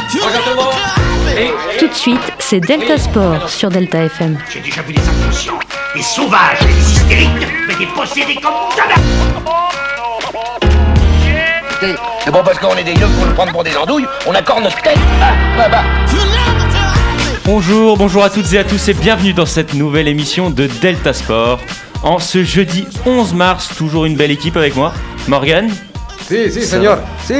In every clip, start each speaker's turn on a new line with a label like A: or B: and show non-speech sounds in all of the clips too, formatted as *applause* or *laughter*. A: Bonjour tout le monde. Et...
B: Tout de suite, c'est Delta Sport sur Delta FM.
C: J'ai déjà vu des inconscients, des sauvages, des hystériques, mais des possédés comme jamais.
D: Écoutez, C'est bon parce qu'on est des yeux pour nous prendre pour des andouilles, on accorde notre tête. Ah, bah, bah.
E: Bonjour, bonjour à toutes et à tous et bienvenue dans cette nouvelle émission de Delta Sport. En ce jeudi 11 mars, toujours une belle équipe avec moi. Morgan,
F: Si, si, Seigneur, si.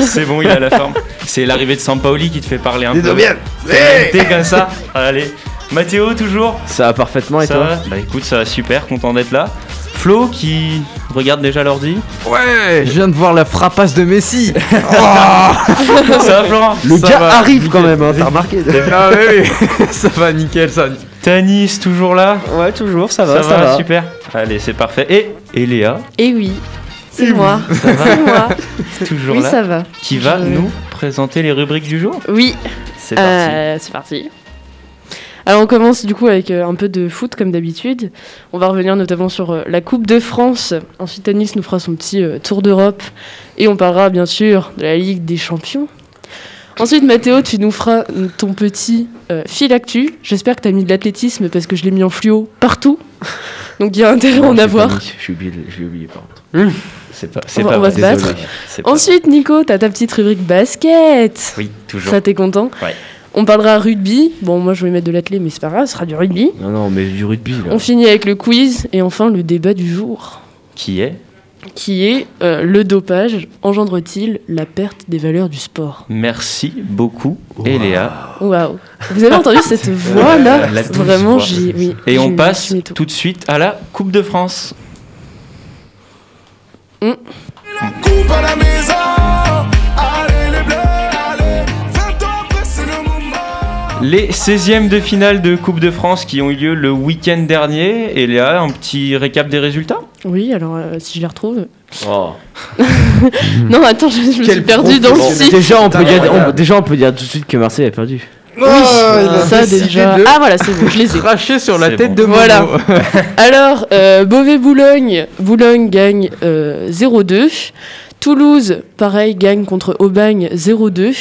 E: c'est bon, il a la forme. C'est l'arrivée de Sampaoli qui te fait parler un peu.
F: Dis-nous bien. Si.
E: T'es comme ça. Allez. Mathéo, toujours
G: Ça va parfaitement et
E: Ça
G: toi
E: va Bah écoute, ça va super, content d'être là. Flo qui regarde déjà l'ordi.
G: Je viens de voir la frappasse de Messi.
E: *laughs* ça va, Florent
G: Le
E: Ça
G: gars
E: va.
G: arrive quand même, hein, t'as remarqué
F: Ah oui, oui. ça va nickel, ça.
E: Tanis, toujours là
G: Ouais, toujours,
E: ça, va, super. Allez, c'est parfait. Et, et Léa,
B: Et Eh oui, c'est moi.
E: *laughs*
B: C'est moi.
E: Eh toujours
B: Oui,
E: là,
B: ça va.
E: qui va
B: Je-
E: nous présenter les rubriques du jour.
B: Oui,
E: C'est *laughs*
B: euh, c'est parti. Alors on commence du coup avec euh, un peu de foot comme d'habitude. On va revenir notamment sur euh, la Coupe de France. Ensuite Anis nous fera son petit euh, tour d'Europe et on parlera bien sûr de la Ligue des Champions. Ensuite Mathéo, tu nous feras euh, ton petit euh, fil actu. J'espère que tu as mis de l'athlétisme parce que je l'ai mis en fluo partout. *laughs* Donc il y a intérêt à en avoir.
G: J'ai oublié, j'ai oublié, par contre.
E: parti. C'est pas, c'est
B: on
E: pas
B: va
E: vrai.
B: se battre.
E: Désolé. C'est pas
B: Ensuite Nico, tu as ta petite rubrique basket.
E: vrai. Oui, toujours.
B: Ça t'es content
E: Ouais.
B: On parlera rugby. Bon moi je vais mettre de l'athlé mais c'est pas grave, ce sera du rugby.
G: Non, non, mais du rugby là.
B: On finit avec le quiz et enfin le débat du jour,
E: Qui est
B: qui est euh, le dopage engendre-t-il la perte des valeurs du sport
E: Merci beaucoup, et Léa.
B: Waouh Vous avez entendu
E: *laughs*
B: cette voix là
E: Oh. la douce
B: Vraiment,
E: voix.
B: j'ai. Oui,
E: Et
B: j'ai-
E: on passe
B: j'ai tout.
E: tout de suite à la Coupe de France.
A: Coupe à la maison. Allez les bleus, allez. 20 ans après c'est le moment.
E: Les 16e de finale de Coupe de France qui ont eu lieu le week-end dernier. Et Léa, un petit récap des résultats
B: Oui, alors euh, si je les retrouve.
G: Oh.
E: Hmm.
B: Non, attends, je, je me suis
F: Quel
B: perdue dans le
F: prof,
B: site.
G: Déjà, on peut
F: Putain,
G: dire, on-
F: incroyable.
G: déjà, on peut dire tout de suite que Marseille a perdu.
F: Oui,
H: Ah,
B: Ça déjà. Ah voilà, c'est bon, je les ai.
F: Craché sur la
E: C'est
F: tête
E: bon.
F: de Momo.
B: Voilà. Alors, euh, Beauvais-Boulogne, Boulogne gagne euh, 0-2. Toulouse, pareil, gagne contre Aubagne 0-2.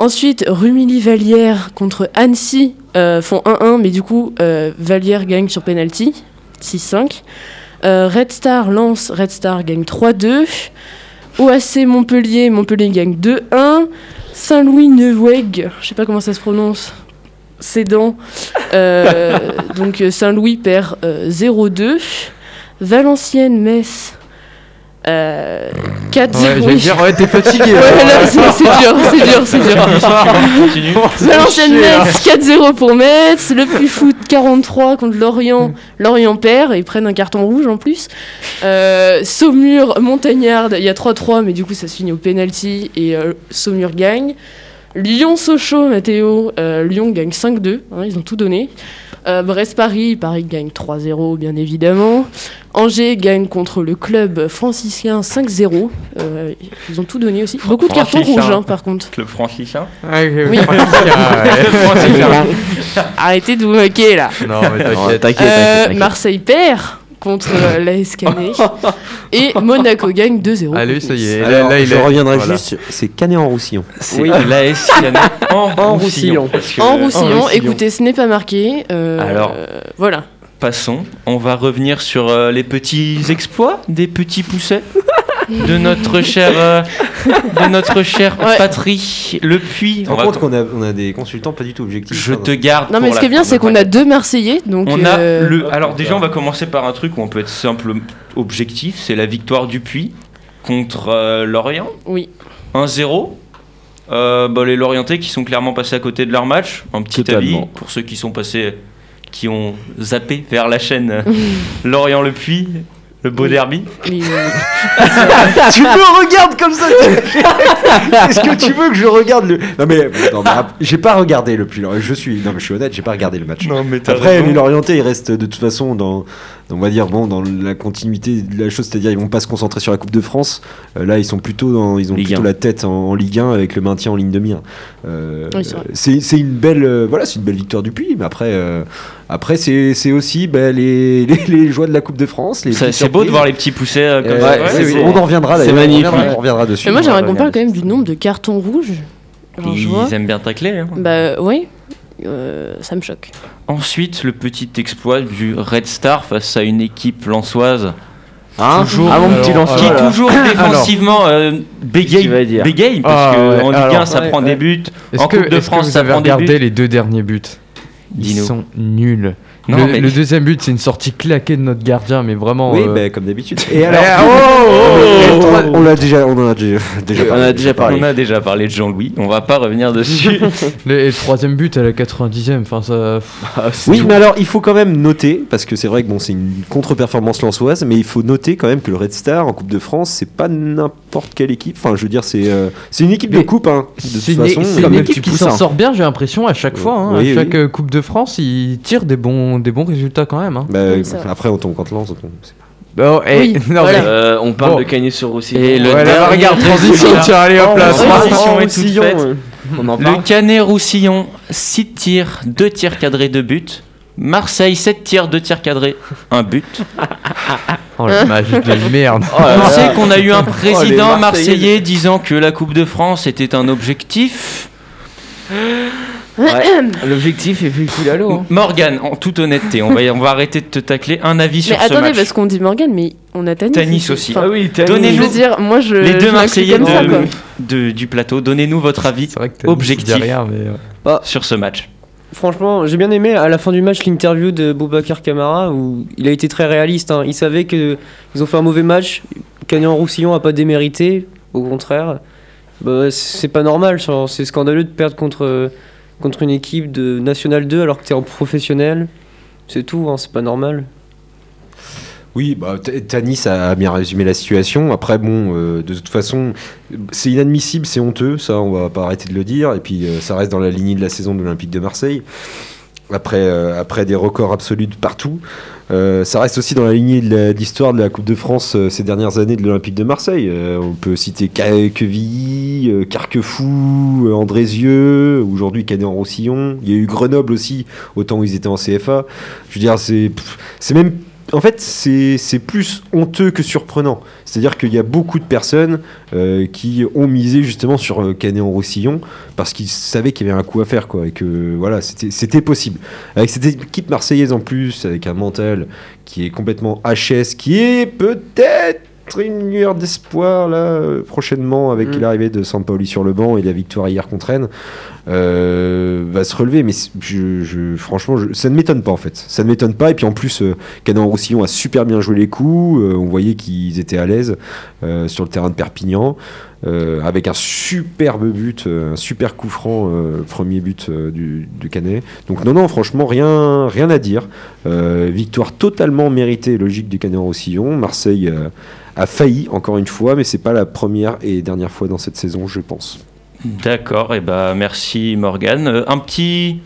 B: Ensuite, Rumilly-Vallière contre Annecy euh, font 1-1, mais du coup, euh, Vallière gagne sur penalty 6-5. Euh, Red Star lance, Red Star gagne 3-2. OAC Montpellier, Montpellier gagne 2-1. Saint-Louis-Neuweg, je sais pas comment ça se prononce, Cédant
F: *laughs*
B: euh, donc euh, Saint-Louis perd euh, 0-2. Valenciennes, Metz. euh, 4-0.
F: Ouais,
B: *laughs*
F: j'allais dire, ouais, t'es fatigué.
B: Ouais,
F: hein.
B: là, c'est c'est dur, c'est dur, c'est dur.
E: Bah, *laughs* Continue.
B: Valenciennes, Metz, 4-0 pour Metz. Le Puy Foot, 43 contre Lorient. Lorient perd, et ils prennent un carton rouge en plus. Euh, Saumur, Montagnard, il y a 3-3, mais du coup ça se finit au penalty et euh, Saumur gagne. Lyon-Sochaux, Mathéo, euh, Lyon gagne 5-2, hein, ils ont tout donné. Euh, Brest-Paris, Paris gagne 3-0 bien évidemment. Angers gagne contre le club franciscain 5-0. Euh, ils ont tout donné aussi. Beaucoup de cartons
E: Franciscain.
B: rouges hein, par contre.
E: Le franchisien.
F: Ouais, ouais,
B: Oui.
F: ouais.
E: *laughs*
B: Arrêtez de vous moquer là.
F: Non, mais t'inquiète.
G: T'inquiète,
B: Euh,
G: t'inquiète.
B: Marseille perd contre euh, l'AS Canet E. et Monaco gagne 2-0.
F: Ah, lui, ça y est. Là,
I: Alors,
F: là, il
I: je
F: est-
I: reviendrai
F: voilà.
I: juste, c'est Canet en Roussillon.
E: C'est l'AS Yannet en,
G: En Roussillon.
E: Roussillon. Parce que-
B: En Roussillon,
E: Euh, Roussillon.
B: écoutez, ce n'est pas marqué. euh,
E: Alors.
B: voilà.
E: Passons, on va revenir sur euh, les petits exploits des petits poussets de notre chère, euh, de notre chère
B: Ouais.
E: patrie, le puits.
I: Tu te
E: On
I: rends
E: va
I: compte
E: t-
I: qu'on a, on a des consultants pas du tout objectifs.
E: je
I: pardon.
E: te garde.
B: Non, mais ce
E: pour la
B: qui est bien,
E: fin.
B: c'est qu'on a deux Marseillais. Donc,
E: On a
B: euh,
E: le. Alors déjà, on va commencer par un truc où on peut être simple objectif, c'est la victoire du puits contre euh, Lorient.
B: Oui.
E: 1-0. Euh, bah, les Lorientais qui sont clairement passés à côté de leur match. Un petit
G: Totalement.
E: avis pour ceux qui sont passés, qui ont zappé vers la chaîne
I: *laughs*
E: euh, Lorient le Puy, le beau
B: Oui.
E: derby.
B: mais, euh,
I: tu me regardes comme ça Est-ce que tu veux que je regarde le Non mais, non, mais ap- j'ai pas regardé le plus. Je suis, non mais je suis honnête, j'ai pas regardé le match.
E: Non mais t'as
I: Après,
E: raison.
I: mais l'orienté, il reste de toute façon dans, dans- on va dire bon, dans la continuité de la chose, c'est-à-dire ils vont pas se concentrer sur la Coupe de France. Euh, là, ils sont plutôt, dans- ils ont
G: Ligue
I: plutôt
G: 1.
I: la tête en, en Ligue 1 avec le maintien en ligne de mire. Euh,
B: Oui, c'est vrai.
I: c'est c'est une belle, euh, voilà, c'est une belle victoire du Puy. Mais après, euh, après c'est c'est aussi bah, les, *laughs* les, les joies de la Coupe de France. les
E: Ça,
I: petites
E: C'est beau de
I: surprises.
E: voir les petits poussés euh, comme
I: Euh,
E: ça.
I: ouais,
E: Ouais,
I: c'est-
E: c'est-
I: on en reviendra
G: c'est
I: d'ailleurs. on
G: magnifique.
I: reviendra- On reviendra dessus.
B: mais moi,
I: on
B: j'aimerais
I: va
B: qu'on parle
I: regarder.
B: quand même du nombre de cartons rouges Genre, je vois.
E: Ils aiment bien tacler. hein.
B: Bah oui, Euh, ça me choque.
E: Ensuite, le petit exploit du Red Star face à une équipe lançoise
G: Hein
E: Toujours,
G: Ah, mon
F: Oh *coughs* alors,
G: petit
E: qui
G: Lançois.
E: toujours défensivement euh, bégaye,
G: Tu vas dire.
E: bégaye, parce
F: Ah,
E: que
F: ouais,
E: en Ligue 1
F: alors,
E: ça
F: ouais,
E: prend
F: ouais.
E: des buts,
F: Est-ce
E: En
F: que,
E: Coupe de
F: est-ce que
E: France,
F: vous
E: ça
F: avez
E: prend des
F: regardé
E: buts.
F: les deux derniers buts Ils
E: Dino.
F: sont nuls.
E: Non,
F: le,
E: mais-
F: le deuxième but, c'est une sortie claquée de notre gardien, mais vraiment.
I: Oui,
F: euh,
I: bah, comme d'habitude. Et
F: eh,
I: alors
F: oh, oh,
I: On l'a déjà, on en a
F: *laughs*
I: déjà, déjà
G: On en a déjà parlé.
E: Euh, on a déjà parlé de Jean-Louis, on va pas
G: *laughs*
E: revenir dessus.
F: le, et le troisième but à la 90e. Enfin, ça.
I: *laughs* Oui, mais alors il faut quand même noter, parce que c'est vrai que bon, c'est une contre-performance lançoise, mais il faut noter quand même que le Red Star en Coupe de France, c'est pas n'importe quelle équipe. Enfin, je veux dire, c'est euh, c'est une équipe de
F: Mais
I: coupe, hein, de toute
F: C'est une,
I: façon.
F: c'est
I: Quand
F: une
I: même,
F: équipe
I: tu
F: qui
I: pousses,
F: s'en
I: hein.
F: sort bien, j'ai l'impression, à chaque fois. hein.
I: Oui,
F: à
I: oui.
F: chaque euh, Coupe de France, ils tirent des bons, des bons résultats quand même. hein.
I: Bah,
B: Oui, c'est vrai.
I: après, on tombe contre Lens. on tombe-
F: Bon, et-
B: Oui,
F: non,
B: voilà.
F: mais-
G: Euh, on parle
F: Ah Bon.
G: de Cagnes sur Roussillon.
E: Et le
F: Voilà,
E: dernier-
F: *laughs* regarde, transition,
E: Voilà.
F: tiens, allez hop là,
E: La
G: Oh,
E: transition est toute
G: Roussillon,
E: faite.
G: euh, On en parle.
E: Le Canet Roussillon, 6 tirs, 2 tirs cadrés, 2 buts. Marseille, 7 tirs, 2 tirs cadrés, 1 but.
F: *laughs* Oh la magie de la merde.
G: Oh là
E: On
G: là.
E: sait qu'on a eu un président
G: les Marseillais.
E: marseillais disant que la Coupe de France était un objectif.
B: *coughs*
G: Ouais. L'objectif est fait cool à l'eau. hein.
E: Morgane, en toute honnêteté, on va, on va arrêter de te tacler. Un avis
B: Mais
E: sur ce
B: attendez,
E: match.
B: parce qu'on dit Morgan, mais on a Tanis.
E: Tanis aussi.
B: Enfin,
G: oui, t'as
E: Donnez-nous-
B: je veux dire, moi je.
E: Les
B: je
E: deux
B: m'inclus
E: Marseillais
B: comme ça,
E: de-
B: quoi.
E: de- du plateau, donnez-nous votre avis
F: C'est vrai que t'as
E: Objectif.
F: dit rien, mais. euh,
E: sur ce match.
J: Franchement, j'ai bien aimé à la fin du match l'interview de Boubacar Camara où il a été très réaliste. hein. Il savait qu'ils ont fait un mauvais match. Cagnan Roussillon a pas démérité, au contraire. Bah, c'est pas normal, genre, c'est scandaleux de perdre contre, contre une équipe de National 2 alors que t'es en professionnel. C'est tout, hein, c'est pas normal.
I: Oui, bah, T- Tanis a bien résumé la situation. Après, bon, euh, de toute façon, c'est inadmissible, c'est honteux, ça, on va pas arrêter de le dire. Et puis, euh, ça reste dans la lignée de la saison de l'Olympique de Marseille. Après, euh, après des records absolus de partout, Euh, ça reste aussi dans la lignée de la- de l'histoire de la Coupe de France euh, ces dernières années de l'Olympique de Marseille. Euh, on peut citer Ca- Quevilly, euh, Carquefou, euh, Andrézieux, aujourd'hui Canet-en-Roussillon. Il y a eu Grenoble aussi, autant où ils étaient en CFA. Je veux dire, c'est pff, c'est même en fait, c'est c'est plus honteux que surprenant. C'est-à-dire qu'il y a beaucoup de personnes euh, qui ont misé justement sur euh, Canet-en-Roussillon parce qu'ils savaient qu'il y avait un coup à faire, quoi, et que voilà, c'était- c'était possible. Avec cette équipe marseillaise en plus, avec un mental qui est complètement HS, qui est peut-être une lueur d'espoir là euh, prochainement avec
J: Mm.
I: l'arrivée de Sampaoli sur le banc et la victoire hier contre Rennes euh, va se relever mais c'est- je, je- franchement je- ça ne m'étonne pas en fait ça ne m'étonne pas et puis en plus euh, Canet Roussillon a super bien joué les coups euh, on voyait qu'ils étaient à l'aise euh, sur le terrain de Perpignan euh, avec un superbe but euh, un super coup franc euh, le premier but euh, du, du Canet donc non non franchement rien rien à dire euh, victoire totalement méritée et logique du Canet Roussillon Marseille euh, a failli encore une fois mais c'est pas la première et dernière fois dans cette saison je pense
E: D'accord, et bah merci Morgane. Euh, un petit,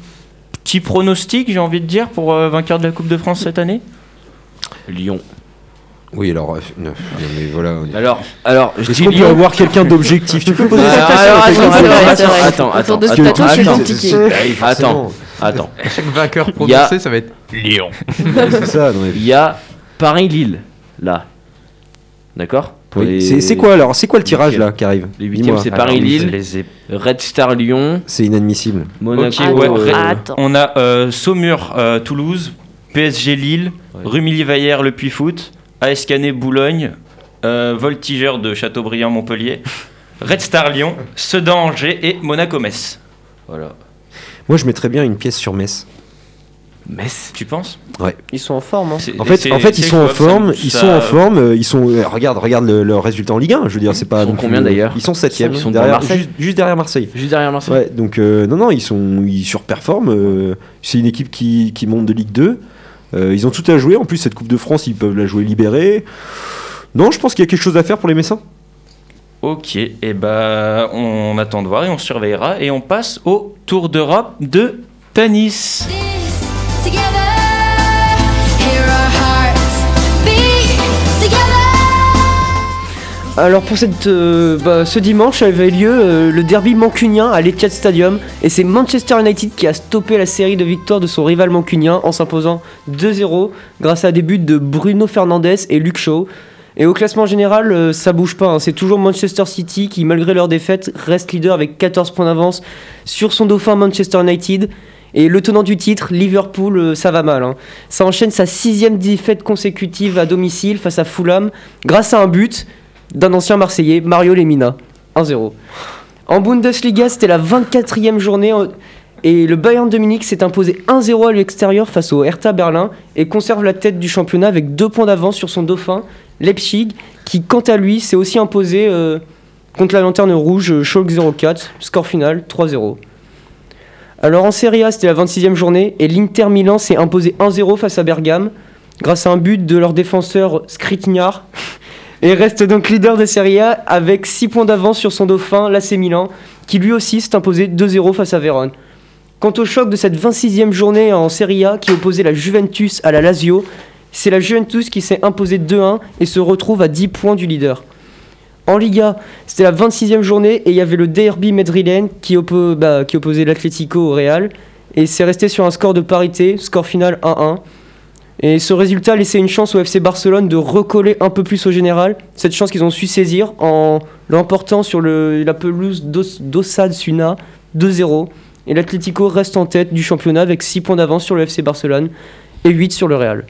E: petit pronostic, j'ai envie de dire, pour euh, vainqueur de la Coupe de France cette année
G: Lyon.
I: oui alors euh, non, non, mais voilà on est-
G: Alors, alors, je
I: Est-ce
G: dis
I: qu'on peut
G: Lyon.
I: avoir quelqu'un d'objectif Tu peux poser
G: Alors,
I: cette question
G: alors, attends,
B: Ah,
I: à quelqu'un
B: c'est
G: attends,
B: vrai,
I: d'autre
B: c'est vrai.
G: attends,
B: Autour de ce
G: attends,
B: plateau, je suis
G: attends.
B: compliqué.
G: Attends, attends.
F: Chaque vainqueur
G: Il y a-
F: prononcé, ça va être.
I: Ouais, C'est ça, non, mais-
G: Il y a Paris-Lille, là. D'accord Pour
I: Oui.
G: les-
I: C'est- C'est quoi alors C'est quoi le tirage
G: Huitième.
I: là qui arrive
G: Les huitièmes,
I: Dis-moi.
G: c'est
E: Alors,
G: Paris-Lille.
E: les-
G: Red Star Lyon,
I: C'est inadmissible.
G: Monaco.
E: Ok, ouais,
G: euh,
B: Attends.
E: On a euh, Saumur, euh, Toulouse, PSG Lille, Rumilly Vaillère, Le Puy Foot, AS Canet Boulogne, euh, Voltigeur de Châteaubriand Montpellier, Red Star Lyon, Sedan Angers et Monaco Metz.
G: Voilà.
I: Moi, je mettrais bien une pièce sur Metz.
B: Ah.
G: Metz.
E: Tu penses
J: Ils sont en forme. hein.
E: C'est-
I: En fait,
E: c'est-
I: en fait,
E: c'est
I: ils sont en
E: jouable, ça-
I: forme. Ils
E: ça-
I: sont en forme. euh, Ils sont. euh, Regarde, regarde le- leur résultat en Ligue 1. Je veux dire, c'est pas.
G: Ils sont
I: non plus-
G: combien, d'ailleurs
I: Ils sont septième.
G: Ils sont
I: derrière-
G: devant Marseille
I: juste, juste derrière Marseille.
G: Juste derrière Marseille.
I: Ouais. Donc euh, non, non, ils sont. Ils surperforment. euh, c'est une équipe qui, qui monte de Ligue 2. Euh, ils ont tout à jouer. En plus, cette Coupe de France, ils peuvent la jouer libérée. Non, je pense qu'il y a quelque chose à faire pour les Messins.
E: Ok, et bah on attend de voir et on surveillera et on passe au Tour d'Europe de Tanis.
K: Together, hear our hearts beat together.
J: Alors pour cette, euh, bah, ce dimanche avait lieu euh, le derby mancunien à l'Etihad Stadium et c'est Manchester United qui a stoppé la série de victoires de son rival mancunien en s'imposant 2-0 grâce à des buts de Bruno Fernandes et Luke Shaw. Et au classement général, euh, ça bouge pas. hein. C'est toujours Manchester City qui, malgré leur défaite, reste leader avec 14 points d'avance sur son dauphin Manchester United. Et le tenant du titre, Liverpool, euh, ça va mal. hein. Ça enchaîne sa sixième défaite consécutive à domicile face à Fulham grâce à un but d'un ancien Marseillais, Mario Lemina. 1-0. En Bundesliga, c'était la 24e journée euh, et le Bayern de Munich s'est imposé 1-0 à l'extérieur face au Hertha Berlin et conserve la tête du championnat avec deux points d'avance sur son dauphin Leipzig qui, quant à lui, s'est aussi imposé euh, contre la lanterne rouge euh, Schalke 04, score final 3-0. Alors en Serie A, c'était la 26e journée et l'Inter Milan s'est imposé 1-0 face à Bergame grâce à un but de leur défenseur Skriniar et reste donc leader de Serie A avec 6 points d'avance sur son dauphin, l'AC Milan, qui lui aussi s'est imposé 2-0 face à Vérone. Quant au choc de cette 26e journée en Serie A qui opposait la Juventus à la Lazio, c'est la Juventus qui s'est imposée 2-1 et se retrouve à 10 points du leader. En Liga, c'était la 26e journée et il y avait le derby madrilène qui, oppo- bah, qui opposait l'Atlético au Real. Et c'est resté sur un score de parité, score final 1-1. Et ce résultat laissait une chance au FC Barcelone de recoller un peu plus au général, cette chance qu'ils ont su saisir en l'emportant sur le, la pelouse d'Os- d'Osad Suna 2-0. Et l'Atlético reste en tête du championnat avec 6 points d'avance sur le FC Barcelone et 8 sur le Real.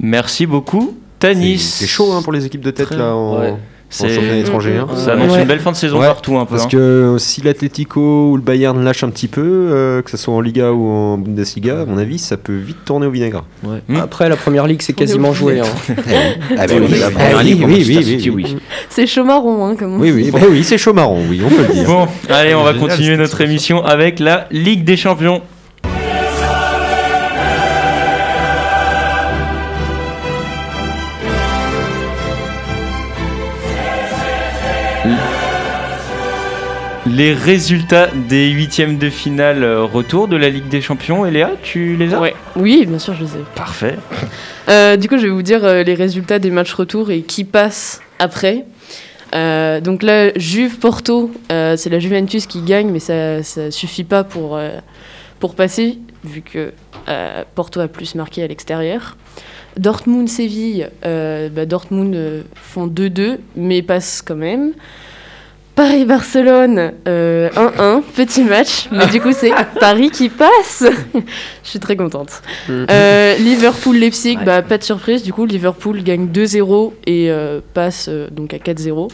E: Merci beaucoup, Tanis.
I: C'est chaud hein, pour les équipes de tête
E: Très-
I: là en,
E: ouais.
I: en
E: C'est- Mm-hmm.
I: championnat étranger. hein.
E: Ça annonce
J: Ouais.
E: une belle fin de saison
I: Ouais,
E: partout un peu.
I: Parce
E: hein.
I: que euh, si l'Atlético ou le Bayern lâche un petit peu, euh, que ce soit en Liga ou en Bundesliga, à mon avis, ça peut vite tourner au vinaigre.
F: Hmm.
J: Après, la première ligue, c'est
F: *laughs*
J: quasiment joué. hein.
I: Ah,
G: oui, oui, oui, oui, oui, oui.
B: C'est chaud marron, hein, comme on
I: Oui,
B: dit.
I: oui, bah oui, c'est chaud marron, oui, on peut
E: *laughs*
I: le dire.
E: Bon, allez, on va
F: Génial,
E: continuer
F: cette
E: notre émission avec la Ligue des Champions. Les résultats des huitièmes de finale euh, retour de la Ligue des Champions. Et Léa, tu les as
B: Ouais. Oui, bien sûr, je sais.
E: Parfait.
B: Euh, du coup, je vais vous dire euh, les résultats des matchs retour et qui passe après. Euh, donc là, Juve Porto, euh, c'est la Juventus qui gagne, mais ça ça suffit pas pour, euh, pour passer, vu que euh, Porto a plus marqué à l'extérieur. Dortmund Séville, euh, bah, Dortmund euh, font 2-2, mais passent quand même. Paris Barcelone, euh, 1-1, petit match, mais du coup
F: *laughs*
B: c'est Paris qui passe. *laughs* Je suis très contente.
F: Mm.
B: Euh, Liverpool-Leipzig,
G: Ouais.
B: bah, pas de surprise. Du coup, Liverpool gagne 2-0 et euh, passe euh, donc à 4-0.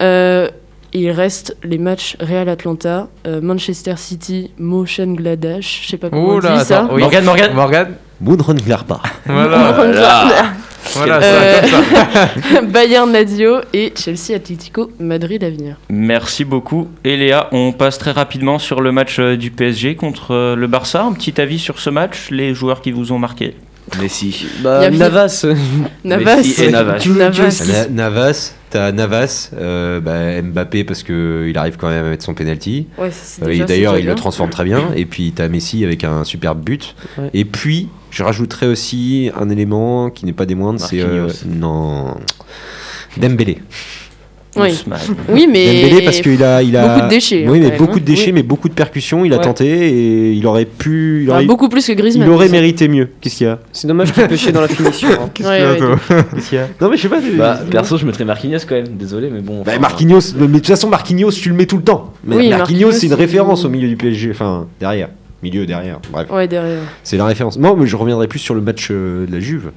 B: Euh, il reste les matchs Real-Atlanta, euh, Manchester City, Motion Gladash. Je sais pas comment
F: Oh
B: on
F: là,
B: dit ça.
F: attends, oui.
E: Morgane, Morgane.
F: Morgane
I: Mönchengladbach.
B: *laughs*
F: Voilà, voilà, ça,
B: Euh,
F: comme
B: *laughs*
F: ça.
B: Bayern Lazio et Chelsea Atlético Madrid à venir.
E: Merci beaucoup. Et Léa, on passe très rapidement sur le match euh, du PSG contre euh, le Barça. Un petit avis sur ce match, les joueurs qui vous ont marqué.
G: Messi.
J: Bah,
B: Il y a-
J: Navas,
B: *laughs* Navas.
G: Messi et Navas.
B: Tu- tu-
J: Navas.
I: Na- Navas, t'as Navas, euh, bah, Mbappé parce que euh, il arrive quand même à mettre son penalty.
B: Ouais, ça, c'est
I: Euh,
B: déjà-
I: et D'ailleurs,
B: c'est
I: il
B: déjà bien.
I: le transforme très bien. Et puis t'as Messi avec un superbe but.
J: Ouais.
I: Et puis, je rajouterais aussi un élément qui n'est pas des moindres, c'est euh,
G: Marquinhos.
I: non Dembélé.
B: Oui. *laughs*
E: Ousmane.
B: oui, mais.
I: Dembélé parce qu'il a, il a
B: beaucoup de déchets,
I: Oui,
B: hein,
I: mais
B: quand même,
I: beaucoup
B: hein.
I: de déchets, mais beaucoup de percussions. Il a
B: Ouais.
I: tenté et il aurait pu, il
B: Enfin,
I: aurait,
B: beaucoup plus que
I: il
B: Griezmann.
I: aurait
B: tu sais.
I: mérité mieux. Qu'est-ce qu'il y a
J: c'est dommage qu'il pêchait dans la finition. hein.
B: Ouais, ouais, ouais.
I: Qu'est-ce qu'il y a *laughs* Non mais je sais pas. c'est-
G: Bah, perso, je mettrais Marquinhos quand même. Désolé, mais bon.
I: Bah,
G: enfin,
I: Marquinhos, mais de toute façon Marquinhos, tu le mets tout le temps. Mais
B: Oui,
I: Marquinhos, c'est une
B: Marquinhos,
I: référence
B: il-
I: au milieu du PSG, enfin derrière, milieu derrière. Bref,
B: Ouais, derrière.
I: c'est la référence. Non, mais je reviendrai plus sur le match euh, de la Juve.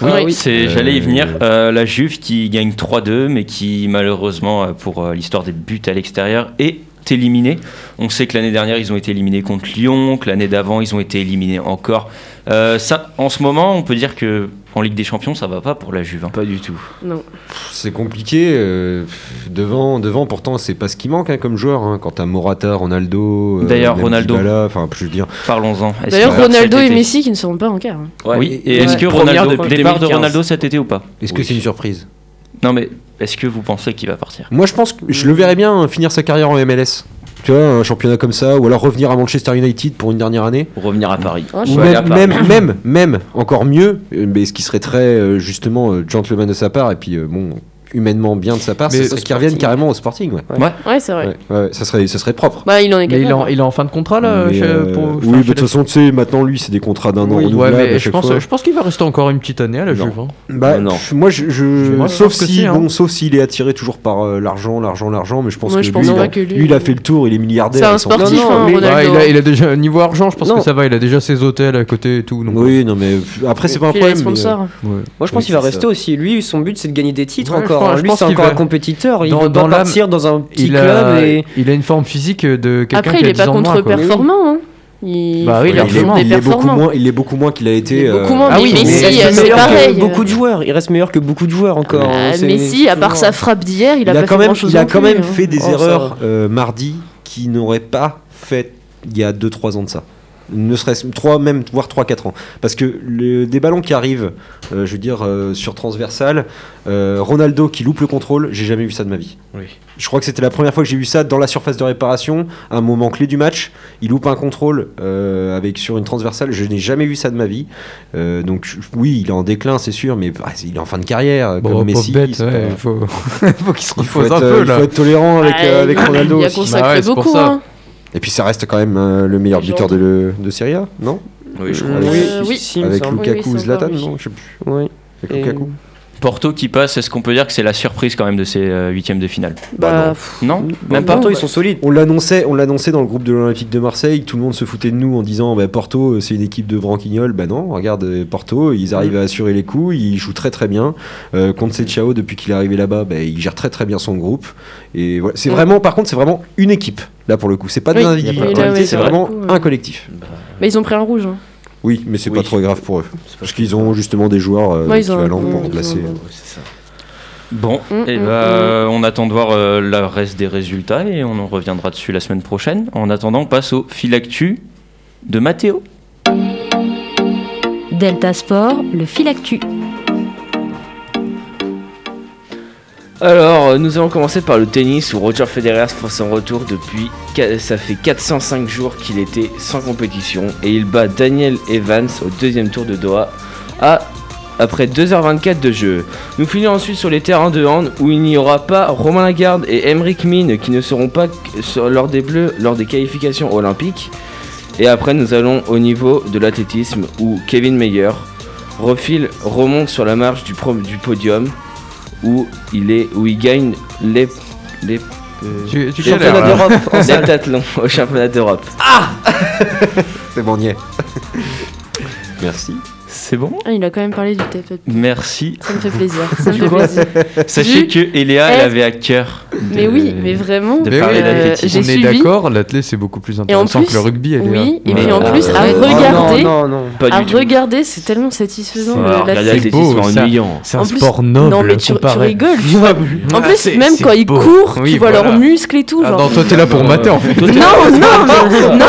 E: Oui,
B: Ah oui.
E: c'est-
I: Euh,
E: j'allais y venir. Euh, la Juve qui gagne 3-2, mais qui malheureusement, euh, pour euh, l'histoire des buts à l'extérieur, est éliminée. On sait que l'année dernière, ils ont été éliminés contre Lyon, que l'année d'avant, ils ont été éliminés encore. Euh, ça, en ce moment, on peut dire que en Ligue des Champions, ça va pas pour la Juve. hein.
G: Pas du tout.
B: Non.
I: Pff, C'est compliqué euh, pff, devant, devant. Pourtant, c'est pas ce qui manque hein, comme joueur. Hein, quand t'as Morata, Ronaldo, euh,
E: D'ailleurs,
I: même
E: Ronaldo.
I: Dybala, enfin, je veux dire,
E: Parlons-en. Est-ce
B: D'ailleurs,
E: qu'il va
B: Ronaldo
E: cet
B: et
E: été
B: Messi qui ne seront pas en quart. hein.
E: Oui. Et est-ce que
G: Première
E: Ronaldo,
G: depuis
E: départ de
G: 2015.
E: Ronaldo cet été ou pas
I: est-ce que c'est une surprise
E: Non, mais est-ce que vous pensez qu'il va partir
I: Moi, je pense que je le verrais bien euh, finir sa carrière en MLS. Tu vois, un championnat comme ça, ou alors revenir à Manchester United pour une dernière année.
G: Ou Revenir à Paris.
B: Ouais,
I: Ou
B: je-
G: aller à
I: même,
G: Paris.
I: même, même, même, encore mieux, euh, mais ce qui serait très euh, justement euh, gentleman de sa part, et puis euh, bon, humainement bien de sa part,
F: Mais
I: ce
F: au
I: serait qu'il
F: Sporting.
I: revienne carrément au Sporting. Ouais.
B: Ouais, c'est vrai.
I: Ouais, ouais, ça, serait, ça serait propre.
B: Bah, il en est
F: Mais
B: capable.
F: il est, en, il est en fin de
B: Ah
F: contrat là
I: Mais,
F: chez-
I: euh,
F: pour-
I: oui,
F: enfin,
I: mais
F: chez
I: de toute
F: les-
I: façon, tu sais, maintenant, lui, c'est des contrats d'un an
F: Oui, ouais,
I: renouvelables à
F: mais je
I: chaque
F: pense,
I: fois.
F: je pense qu'il va rester encore une petite année à la Juve. hein.
I: Bah,
G: Non.
I: pff, moi, je, je-
F: Moi, je
I: sauf
F: pense que
I: si,
F: si, hein.
I: bon, sauf s'il est attiré toujours par euh, l'argent, l'argent, l'argent, mais je pense
B: Moi,
I: que,
B: je
I: lui,
B: pense
I: il
B: pas
I: a,
B: que lui- hein.
I: il a fait le tour, il est milliardaire.
B: C'est un
I: il s'en fout.
B: sportif,
J: Non, non,
B: hein,
J: mais-
B: Ronaldo.
F: Ouais, Ah, il, a, il a déjà niveau argent, je pense
J: Non.
F: que ça va. Il a déjà ses hôtels à côté et tout. Donc
I: Oui, non, mais pff, après, c'est pas un
B: Puis il a les
I: problème. mais,
B: sponsors.
F: euh, ouais.
J: Moi, je pense
I: Oui,
J: qu'il va
I: c'est
J: rester
I: ça.
J: aussi. Lui, son but, c'est de gagner des titres
F: Ouais, je
J: encore.
F: pense-
J: hein.
F: je
J: Lui,
F: pense
J: c'est
F: qu'il
J: encore
F: va-
J: un compétiteur. Il
F: dans-
J: veut
F: dans
J: pas
F: l'âme,
J: partir dans un petit
F: Il
J: club.
F: a,
J: Et...
F: il a une forme physique de quelqu'un
B: Après,
F: qui
B: il
F: a
B: est
F: 10
B: pas
F: ans de moins, quoi.
B: contre-performant. hein. Il...
F: Bah oui,
B: il
I: il,
B: a
I: est-
B: toujours
F: largement.
B: des
I: il est beaucoup
B: performants.
I: moins, il est beaucoup moins qu'il a été.
B: Il est beaucoup
I: euh,
B: moins,
F: ah
B: mais
F: oui, mais
B: Messi,
J: il
F: est-ce
B: euh,
J: reste
B: c'est
J: meilleur que
B: pareil.
J: beaucoup de joueurs. Il reste meilleur que beaucoup de joueurs encore.
B: Ah,
J: hein. C'est-
B: Messi, à part
J: toujours-
B: sa frappe d'hier, il a,
I: il a
B: pas
I: quand
B: fait
I: même,
B: grand-chose
I: il a
B: non
I: quand
B: plus,
I: même
B: hein.
I: fait des
J: Oh, ça
I: erreurs
J: va.
I: euh, mardi qui n'aurait pas fait il y a 2-3 ans de ça. Ne serait-ce 3, même, voire 3-4 ans. Parce que le- des ballons qui arrivent, euh, je veux dire, euh, sur transversal, euh, Ronaldo qui loupe le contrôle, j'ai jamais vu ça de ma vie. Je crois que c'était la première fois que j'ai vu ça dans la surface de réparation, à un moment clé du match. Il loupe un contrôle euh, avec, sur une transversale, je n'ai jamais vu ça de ma vie. Euh, donc je- oui, il est en déclin, c'est sûr, mais bah, il est en fin de carrière,
F: Bon,
I: comme
F: pauvre
I: Messi.
F: bête,
I: c'est pas-
F: ouais, faut, *laughs* faut qu'il se
I: il faut,
F: repose
I: être,
F: un
I: euh,
F: peu
I: il
F: là.
I: faut être tolérant avec,
B: Ah,
I: euh, avec
B: il-
I: Ronaldo
B: Il a
I: aussi.
B: consacré
F: Bah ouais, c'est pour
B: beaucoup.
F: ça.
B: hein.
I: Et puis ça reste quand même euh, le meilleur buteur de, le- de Serie A, non
E: Oui, je
J: Euh,
E: crois.
I: Avec-
B: oui.
J: si, il me
I: Avec
J: semble.
B: oui,
I: Lukaku
B: c'est
I: ou Zlatan,
B: encore lui.
I: non Je sais plus.
J: Oui.
I: Avec
J: Et-
I: Lukaku.
E: Porto qui passe, est-ce qu'on peut dire que c'est la surprise quand même de ces euh, huitièmes de finale
J: Bah,
I: non.
J: pff,
E: Non Même pas
J: Porto, ils sont
B: bah,
J: solides.
I: On l'annonçait, on l'annonçait dans le groupe de l'Olympique de Marseille, tout le monde se foutait de nous en disant bah, Porto, euh, c'est une équipe de branquignoles. Bah non, regarde euh, Porto, ils arrivent à assurer les coups, ils jouent très très bien. Euh, Conte Chao, depuis qu'il est arrivé là-bas, bah, il gère très très bien son groupe. Et voilà, c'est
B: Ouais.
I: vraiment, par contre, c'est vraiment une équipe là pour le coup. C'est pas de
B: Oui.
E: Il y a pas-
I: l'individualité,
E: oui,
I: c'est
E: c'est vrai.
I: vraiment
B: Du coup, ouais.
I: un collectif.
B: Mais ils ont pris un rouge. hein.
I: Oui, mais c'est
G: Oui.
I: pas trop grave pour eux.
G: C'est pas
I: Parce qu'ils ont justement des joueurs euh,
B: Ouais, ils ont
I: équivalents
B: un bon-
I: pour
B: ils ont
I: remplacer.
B: un bon-
G: Ouais, c'est ça.
E: Bon,
B: Mm,
E: et
B: mm,
E: bah, on attend de voir euh, le reste des résultats et on en reviendra dessus la semaine prochaine. En attendant, on passe au fil actu de Mathéo.
L: Delta Sport, le fil actu.
G: Alors, euh, nous allons commencer par le tennis où Roger Federer fait son retour depuis. qua- Ça fait 405 jours qu'il était sans compétition et il bat Daniel Evans au deuxième tour de Doha à, après 2h24 de jeu. Nous finirons ensuite sur les terrains de hand où il n'y aura pas Romain Lagarde et Emeric Mine qui ne seront pas que sur- lors des Bleus lors des qualifications olympiques. Et après, nous allons au niveau de l'athlétisme où Kevin Meyer refile, remonte sur la marche du, pro- du podium où il est où il gagne les les euh,
F: Tu, tu
G: Championnat
F: galères, là.
G: d'Europe en septathlon au championnat d'Europe.
I: C'est bon, on y est. Merci.
E: C'est bon
B: Ah, il a quand même parlé du tête.
E: *laughs* Merci.
B: Ça me fait plaisir. Ça me
E: Du
B: fait
E: coup,
B: plaisir.
E: Sachez
B: Du-
E: que Eléa, elle
B: Eh.
E: avait à cœur. de-
B: Mais oui, mais vraiment. euh,
E: de
F: Mais
E: parler
F: oui.
E: d'athlétisme.
B: j'ai
F: On est
B: suivi.
F: d'accord, l'athlète c'est beaucoup plus intéressant
B: plus,
F: que le rugby. elle est là.
B: Oui, et
E: Ouais.
B: puis en
E: Ah,
B: plus,
E: ouais.
B: à
E: Ah,
B: regarder,
J: non, non, non.
G: Pas
B: à
G: du tout.
B: regarder, c'est tellement satisfaisant. le-
G: Alors,
B: la-
G: regardez
F: C'est
G: l'athlétisme,
F: beau,
G: c'est
F: ça.
G: ennuyant.
F: C'est
B: En
F: un
B: plus-
F: sport noble.
B: non, mais tu, tu
F: comparé.
B: rigoles.
E: *laughs*
B: tu vois. En
F: Ah,
B: plus,
F: c'est-
B: même
F: c'est
B: quand ils
F: beau.
B: courent,
F: Oui,
B: tu vois
F: voilà.
B: leurs muscles et tout.
F: Ah,
B: genre.
F: non, toi t'es là
E: Euh,
F: pour mater en fait.
B: non, non, mais- non,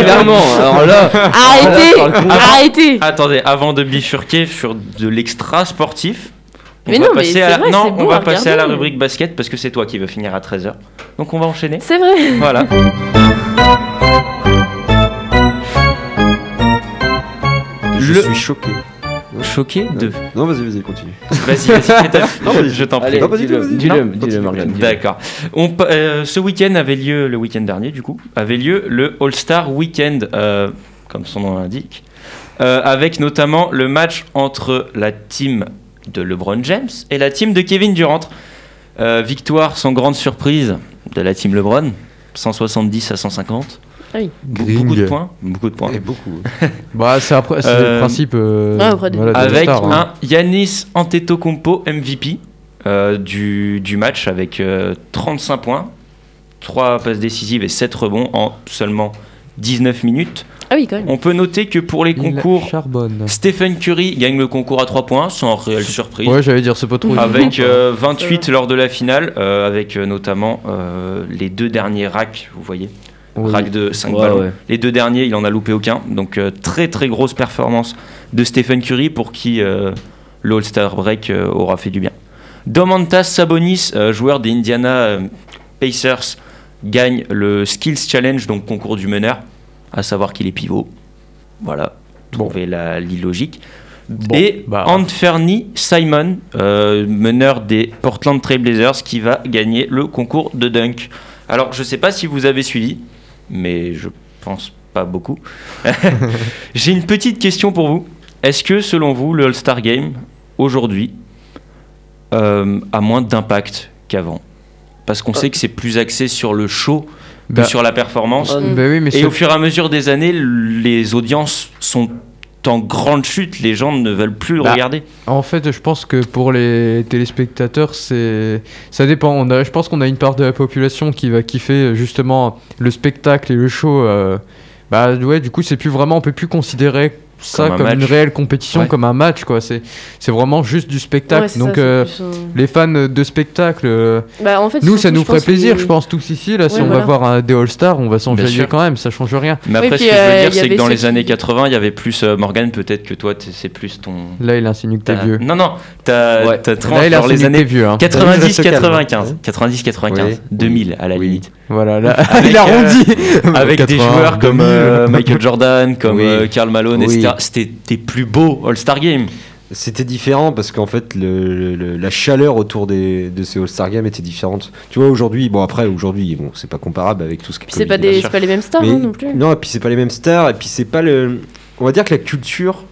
G: Clairement, alors là,
F: Ah,
B: arrêtez,
G: Voilà, par le coup.
B: arrêtez.
E: Attendez, avant de bifurquer sur de l'extra sportif, on
B: Mais
E: va
B: non, mais
E: passer,
B: c'est
E: à, la-
B: vrai, c'est
E: non,
B: bon
E: on va
B: à
E: passer à la
B: regarder.
E: rubrique basket parce que c'est toi qui vas finir à 13h. Donc on va enchaîner.
B: C'est vrai.
E: Voilà.
I: Je
E: Le-
I: suis choqué.
E: Choqué de.
I: Non, vas-y, vas-y, continue.
E: Vas-y, vas-y, fais ta- *laughs* Non, vas-y, je t'en prie.
G: allez,
I: Non, vas-y,
G: dis-le,
I: vas-y.
G: dis-le,
I: Non,
G: dis-le,
I: continue.
G: Morgane. dis-le.
E: D'accord. On pa- euh, ce week-end avait lieu, le week-end dernier du coup, avait lieu le All-Star Weekend, euh, comme son nom l'indique, euh, avec notamment le match entre la team de LeBron James et la team de Kevin Durant. Euh, victoire sans grande surprise de la team LeBron, 170 à 150. Beaucoup de
F: Gring.
E: points. Beaucoup de points.
I: Et Eh, beaucoup.
F: Bah, c'est après, c'est
E: Euh,
F: le principe. euh,
B: Ah, ouais, après, des-
F: voilà, des
E: avec
F: stars, hein.
E: un Yanis Antetokounmpo MVP euh, du, du match avec euh, 35 points, 3 passes décisives et 7 rebonds en seulement 19 minutes.
B: Ah oui, quand même.
E: On peut noter que pour les
F: Il
E: concours,
F: Charbonne.
E: Stephen Curry gagne le concours à 3 points sans réelle surprise.
F: Ouais, j'allais dire, c'est pas trop.
E: Avec
F: évident,
E: euh, 28 lors de la finale, euh, avec euh, notamment euh, les deux derniers racks, vous voyez,
F: quoi. Ouais.
E: rack de 5
G: Ouais,
E: ballons.
G: ouais.
E: Les deux derniers, il en a loupé aucun. Donc euh, très très grosse performance de Stephen Curry pour qui euh, le All-Star Break euh, aura fait du bien. Domantas Sabonis, euh, joueur des Indiana euh, Pacers, gagne le Skills Challenge, donc concours du meneur, à savoir qu'il est pivot. Voilà,
F: Bon.
E: trouvez la l'illogique. et Anferny Simon, euh, meneur des Portland Trailblazers, qui va gagner le concours de dunk. Alors, je ne sais pas si vous avez suivi, mais je pense pas beaucoup. J'ai une petite question pour vous. Est-ce que, selon vous, le All-Star Game, aujourd'hui, euh, a moins d'impact qu'avant Parce qu'on sait que c'est plus axé sur le show
F: Bah.
E: que sur la performance.
F: Ah,
B: Mm.
F: bah oui, mais
E: et
F: c'est-
E: au fur et à mesure des années, les audiences sont en grande chute. Les gens ne veulent plus le
F: Bah,
E: regarder.
F: En fait, je pense que pour les téléspectateurs, c'est ça dépend. On a, je pense qu'on a une part de la population qui va kiffer euh, justement le spectacle et le show. euh, Bah ouais, du coup, c'est plus vraiment, on peut plus considérer ça
E: Comme un
F: comme, une
E: match.
F: réelle compétition,
E: Ouais.
F: comme un match quoi. C'est c'est vraiment juste du spectacle.
B: Ouais, c'est ça,
F: Donc
B: c'est
F: euh,
B: plus, euh,
F: les fans de spectacle, euh,
B: Bah, en fait,
F: nous ça
B: surtout,
F: nous
B: je
F: ferait
B: pense que
F: plaisir,
B: les-
F: je pense tous ici. Là, si
B: Ouais,
F: on
B: voilà.
F: va voir un- des All Stars, on va s'enjailler
E: sûr.
F: quand même. Ça change rien.
E: Mais
B: Oui,
E: après,
B: puis,
E: ce que
B: euh,
E: je veux dire,
B: il y
E: c'est que
B: avait
E: dans
B: ceux
E: les
B: qui-
E: années 80, il y avait plus euh, Morgane, peut-être que toi, t'es- c'est plus ton.
F: Là, il insinue que t'es
E: T'as-
F: vieux.
E: Non, non, t'as t'as tranche
F: Là, il
E: dans
F: a
E: les
F: signé
E: années
F: tes vieux, hein.
E: 90,
F: Il reste calme.
E: 95, 90, 95, 2000 à la limite.
F: Voilà, là,
E: Avec,
F: *laughs* il
E: euh,
F: arrondit. Bah,
E: avec des
F: 80,
E: joueurs comme
F: 2000.
E: euh, Michael Jordan, comme
I: Oui.
E: euh, Karl Malone,
I: Oui.
E: etc. C'était tes plus beaux All-Star Games.
I: C'était différent parce qu'en fait, le- le- la chaleur autour des, de ces All-Star Games était différente. Tu vois, aujourd'hui, bon, après, aujourd'hui, bon, c'est pas comparable avec tout ce qui
B: Puis c'est pas, des... c'est pas les mêmes stars
I: Mais-
B: hein, non plus.
I: Non, et puis c'est pas les mêmes stars, et puis c'est pas le. On va dire que la culture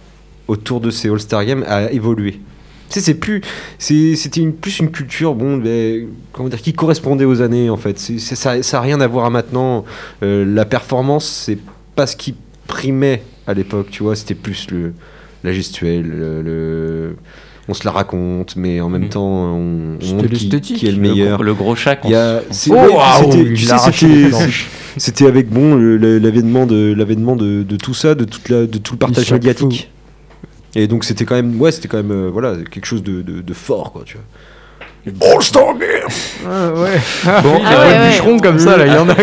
I: autour de ces All-Star Games a évolué. Tu sais, c'est plus. c'est- C'était une, plus une culture, bon, ben, comment dire, qui correspondait aux années, en fait. C'est- c'est- ça, ça a rien à voir à maintenant. Euh, la performance, c'est pas ce qui primait à l'époque, tu vois. C'était plus le, la gestuelle, le. le- on se la raconte, mais en même temps, on, on
F: Mm. C'était
I: montre qui,
F: l'esthétique.
I: qui est le
F: Le
I: meilleur.
E: gros- le gros chat qu'on
I: Il y a-
E: s- on
I: c'est-
E: s-
I: ouais,
E: Oh, waouh,
I: c'était- tu
E: il
I: sais,
E: a arraché
I: c'était-
E: les planches.
I: c'était avec bon le- le- l'avènement de l'avènement de, de tout ça, de toute la, de tout le partage
F: s'en
I: médiatique. Et donc c'était quand même ouais, c'était quand même euh, voilà quelque chose de, de- de fort quoi, tu vois. All Star
F: Ah ouais.
I: Bon,
F: il a un bûcheron comme ça, là, il y en a.
E: *laughs*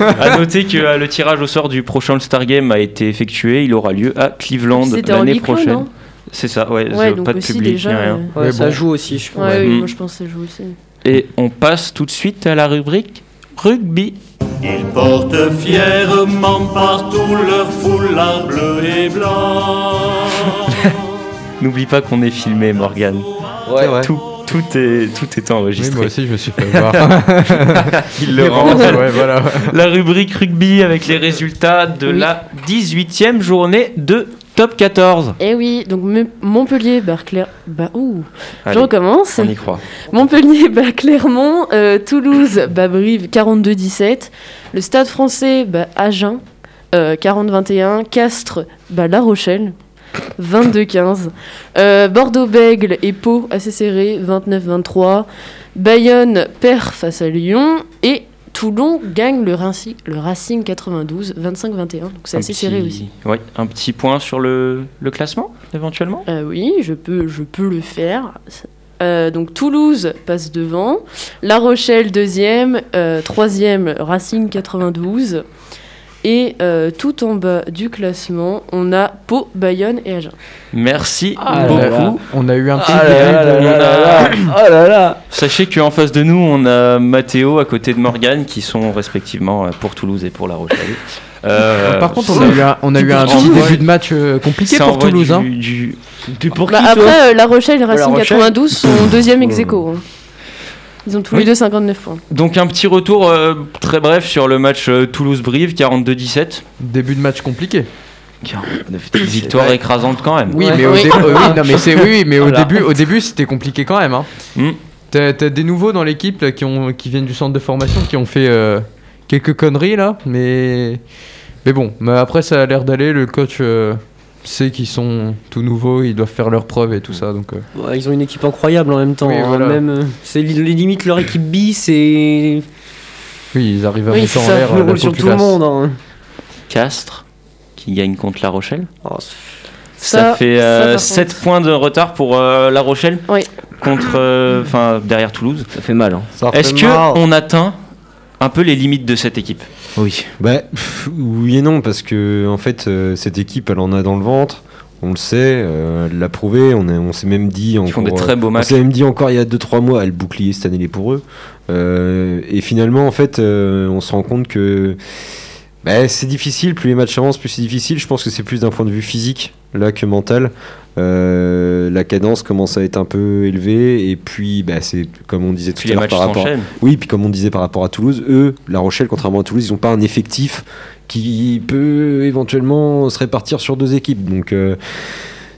E: Ah, à noter que euh, le tirage au sort du prochain All-Star Game a été effectué. Il aura lieu à Cleveland
B: C'était en
E: l'année
B: huis clos,
E: prochaine.
B: non
E: C'est ça, ouais,
B: Ouais,
E: the-
B: donc
E: pas de
B: aussi,
E: public,
B: déjà,
E: ni rien.
B: euh,
J: Ouais, ça joue aussi, je pense.
B: Ouais, oui,
E: Mm.
B: moi je pense que ça joue aussi.
E: Et on passe tout de suite à la rubrique rugby.
M: Ils portent fièrement partout leur foulard bleu et blanc.
E: N'oublie pas qu'on est filmé, Morgane.
G: Ouais,
E: Tout, tout, est, tout est enregistré.
F: Oui, moi aussi, je me suis fait voir.
E: Il le
F: *laughs* Mais
E: rend.
F: bon, ouais, voilà.
E: La rubrique rugby avec les résultats de
B: Oui.
E: la 18e journée de top 14.
B: Et Eh oui, donc Me- Montpellier bat Clermont. Bah, ouh, je
E: Allez,
B: recommence.
E: On y croit.
B: Montpellier bat Clermont, euh, Toulouse bat Brive 42-17, le Stade français bat Agen euh, 40-21, Castres bat La Rochelle 22-15, euh, Bordeaux-Bègle et Pau assez serré 29-23, Bayonne perd face à Lyon et Toulon gagne le, Rinci- le Racing 92 25-21, donc c'est
E: Un
B: assez
E: petit-
B: serré aussi.
E: ouais, un petit point sur le, le classement, éventuellement
B: Euh, oui, je peux, je peux le faire. Euh, donc Toulouse passe devant, La Rochelle deuxième, euh, troisième Racing 92. Et euh, tout en bas du classement, on a Pau, Bayonne et Agen.
E: Merci
F: Ah là
E: beaucoup.
F: là, On a eu un petit
G: Ah là là là
F: délai de-
G: là là là.
J: *clears throat* Ah
G: Oh là là
E: Sachez qu'en face de nous, on a Mathéo à côté de Morgane qui sont respectivement euh, pour Toulouse et pour La Rochelle. Euh,
F: Ah, Par contre, on a eu un, on a eu un
E: ça
F: petit
E: envoie-
F: début de match euh, compliqué
E: ça
F: pour
E: envoie
F: Toulouse.
E: du-
F: hein.
E: du-
B: Bah, après, euh, La Rochelle et
E: La
B: Racing
E: Rochelle.
B: 92 sont deuxième ex aequo, hein. Ils ont tous
E: Oui.
B: les deux 59 points.
E: Donc un petit retour euh, très bref sur le match euh, Toulouse-Brive 42-17.
F: Début de match compliqué.
E: Victoire écrasante quand même.
F: Oui, mais au, dé- euh, oui, non, mais c'est- oui, oui, mais au
E: Voilà.
F: début, au début, c'était compliqué quand même. Hein.
E: Mm.
F: T'as t'as des nouveaux dans l'équipe là, qui ont, qui viennent du centre de formation, qui ont fait euh, quelques conneries là, mais mais bon. Mais après, ça a l'air d'aller. Le coach euh, sait qu'ils sont tout nouveaux, ils doivent faire leurs preuves et tout ça. Donc euh,
J: Ouais, ils ont une équipe incroyable en même temps.
F: Oui,
J: hein,
F: voilà.
J: même, euh, c'est li- les limites leur équipe B, c'est
F: oui, ils arrivent à
J: Oui,
F: monter
J: c'est
F: en
J: ça,
F: l'air.
J: ils
F: euh, la
J: roulent sur tout le
F: populace.
J: monde. hein.
E: Castres qui gagne contre La Rochelle. ça,
B: Ça,
E: fait
B: ça,
E: euh,
B: par contre.
E: 7 points de retard pour euh, La Rochelle
B: Oui.
E: contre, euh, enfin derrière Toulouse.
G: Ça fait mal, hein.
E: Est-ce que on atteint un peu les limites de cette équipe
G: Oui.
I: Bah, pff, oui et non, parce que en fait, euh, cette équipe, elle en a dans le ventre. On le sait, euh, elle l'a prouvé. On, a- on s'est même dit encore.
E: font des très beaux
I: on
E: matchs.
I: s'est même dit encore il y a 2-3 mois, ah, le bouclier cette année, il est pour eux. Euh, et finalement, en fait, euh, on se rend compte que Bah, c'est difficile, plus les matchs avancent, plus c'est difficile. Je pense que c'est plus d'un point de vue physique là que mental. Euh, la cadence commence à être un peu élevée et puis bah, c'est comme on disait tout
E: Puis
I: à
E: les
I: l'heure par
E: matchs
I: rapport.
E: s'enchaînent.
I: Oui, puis comme on disait par rapport à Toulouse, eux, La Rochelle, contrairement à Toulouse, ils n'ont pas un effectif qui peut éventuellement se répartir sur deux équipes. Donc euh,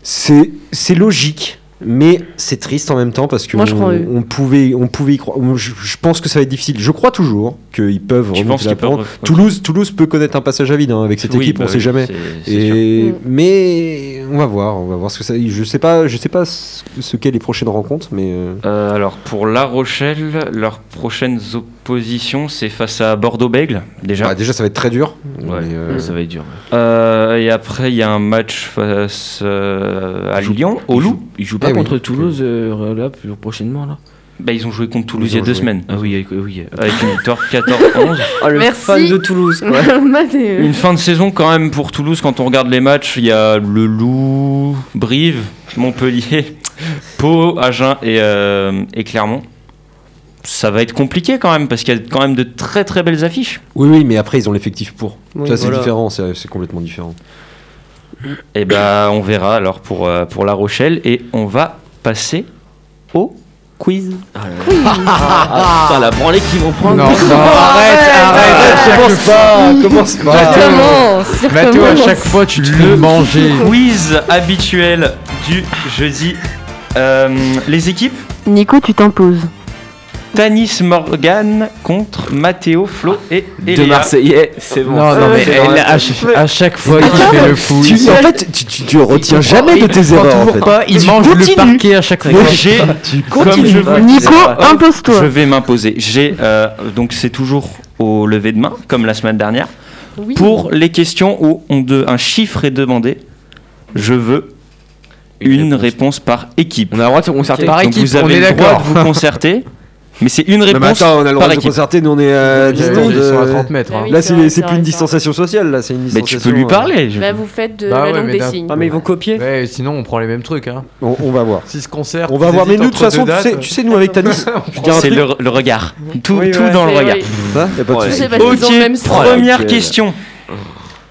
I: c'est c'est logique. Mais c'est triste en même temps parce que
B: Moi, je
I: on,
B: crois en eux.
I: on pouvait on pouvait y croire. Je, je pense que ça va être difficile. Je crois toujours qu'ils peuvent
E: Tu
I: remonter
E: penses
I: la
E: qu'ils peuvent
I: pente.
E: re- ok.
I: Toulouse Toulouse peut connaître un passage à vide hein, avec cette
E: Oui,
I: équipe,
E: bah
I: on sait
E: oui,
I: jamais.
E: c'est- c'est
B: Mm.
I: Et mais on va voir, on va voir ce que ça. Je sais pas, je sais pas ce ce qu'est les prochaines rencontres, mais euh,
E: Euh, alors pour La Rochelle, leurs prochaines oppositions, c'est face à Bordeaux-Bègle déjà.
I: bah, déjà ça va être très dur. mais, euh,
B: Mm.
G: Ça va être dur.
E: Euh, et après il y a un match face euh, à Lyon, au
G: Il joue-
E: Loup.
G: Il joue pas
I: Eh oui.
G: contre Toulouse euh, là, plus prochainement là.
E: Bah, ils ont joué contre Toulouse
I: Ils
E: il y a
I: ont
E: deux
I: joué.
E: semaines
G: Ah oui, avec- oui. euh,
E: avec une victoire 14-11.
G: Oh,
J: Ah, le
B: Merci.
J: fan de Toulouse,
B: *laughs*
J: quoi.
B: Matt est, euh,
E: Une fin de saison quand même pour Toulouse quand on regarde les matchs, il y a le Loup, Brive, Montpellier, *laughs* Pau, Agen et, euh, et Clermont. Ça va être compliqué quand même parce qu'il y a quand même de très très belles affiches.
I: Oui, oui, mais après ils ont l'effectif pour.
J: Oui,
I: ça c'est
J: voilà.
I: différent, c'est c'est complètement différent.
E: Et ben on verra alors pour, euh, pour La Rochelle et on va passer au *laughs* quiz.
G: Ah, là, là. Ah, putain, la branlée qu'ils vont prendre.
E: *laughs*
F: Non, non, arrête, arrête,
G: Ah, commence pas.
I: Commence pas.
B: Comment
F: Mathéo, à
B: Comment
F: chaque fois, tu te fais manger.
E: Quiz habituel du jeudi. Euh, les équipes
L: Nico, tu t'imposes.
E: Tanis Morgan contre Matteo, Flo et
G: De
E: Eléa.
G: Marseillais, c'est bon.
F: Non, non, mais
G: C'est vrai.
F: elle, à, ch- à chaque fois qu'il fait le fou, il
I: Tu,
F: s'en-
I: en fait, tu, tu- tu retiens jamais de tes
F: il comprend
I: erreurs. en
F: toujours
I: fait.
F: pas, il
I: Tu
F: mange le
I: continues.
F: parquet à chaque fois.
E: J'ai, comme
G: continues.
E: je vous le disais,
L: Nico,
E: je
L: impose-toi.
E: vais m'imposer. J'ai euh, donc c'est toujours au lever de main comme la semaine dernière.
B: Oui.
E: Pour les questions où on de, un chiffre est demandé, je veux une, réponse. par équipe.
G: On a le droit de se concerter.
F: Par
E: Donc
F: équipe,
E: vous
F: on
E: avez
F: est
E: le droit
F: d'accord.
E: de vous concerter, mais c'est une
I: Non, mais
E: réponse
I: attends, on a le droit
E: par
I: de se
E: équipe.
I: concerter, nous on est à
F: Ils sont-
I: distance.
F: ils sont à
I: euh,
F: 30 mètres.
B: Ah
F: hein.
B: oui.
I: Là,
B: c'est
I: c'est
B: vrai,
I: c'est
B: c'est
I: plus une
B: vrai.
I: distanciation sociale, là, c'est une
E: Mais
I: distanciation.
E: tu peux lui
I: euh,
E: parler. je-
B: Bah, vous faites de
F: Bah
B: la
F: ouais,
B: langue
F: mais
B: des
F: d'un-
B: signes.
J: Ah, mais ils vont copier.
F: Ouais, sinon, on prend les mêmes trucs. Hein.
I: euh, On, on va voir.
F: Si se concert,
I: On va voir. Mais nous, de toute façon, tu
F: euh,
I: sais, tu sais, nous *laughs* avec Tanis, je dis un
E: C'est
I: truc.
E: le, le regard, tout,
J: Oui,
E: tout
J: ouais.
E: dans le
B: C'est-
E: regard.
B: oui.
I: Hein, y a pas de
G: Ouais.
B: Je
I: souci.
B: sais pas
E: Ok,
B: s'ils ont le même sang.
E: première
G: ok.
E: question.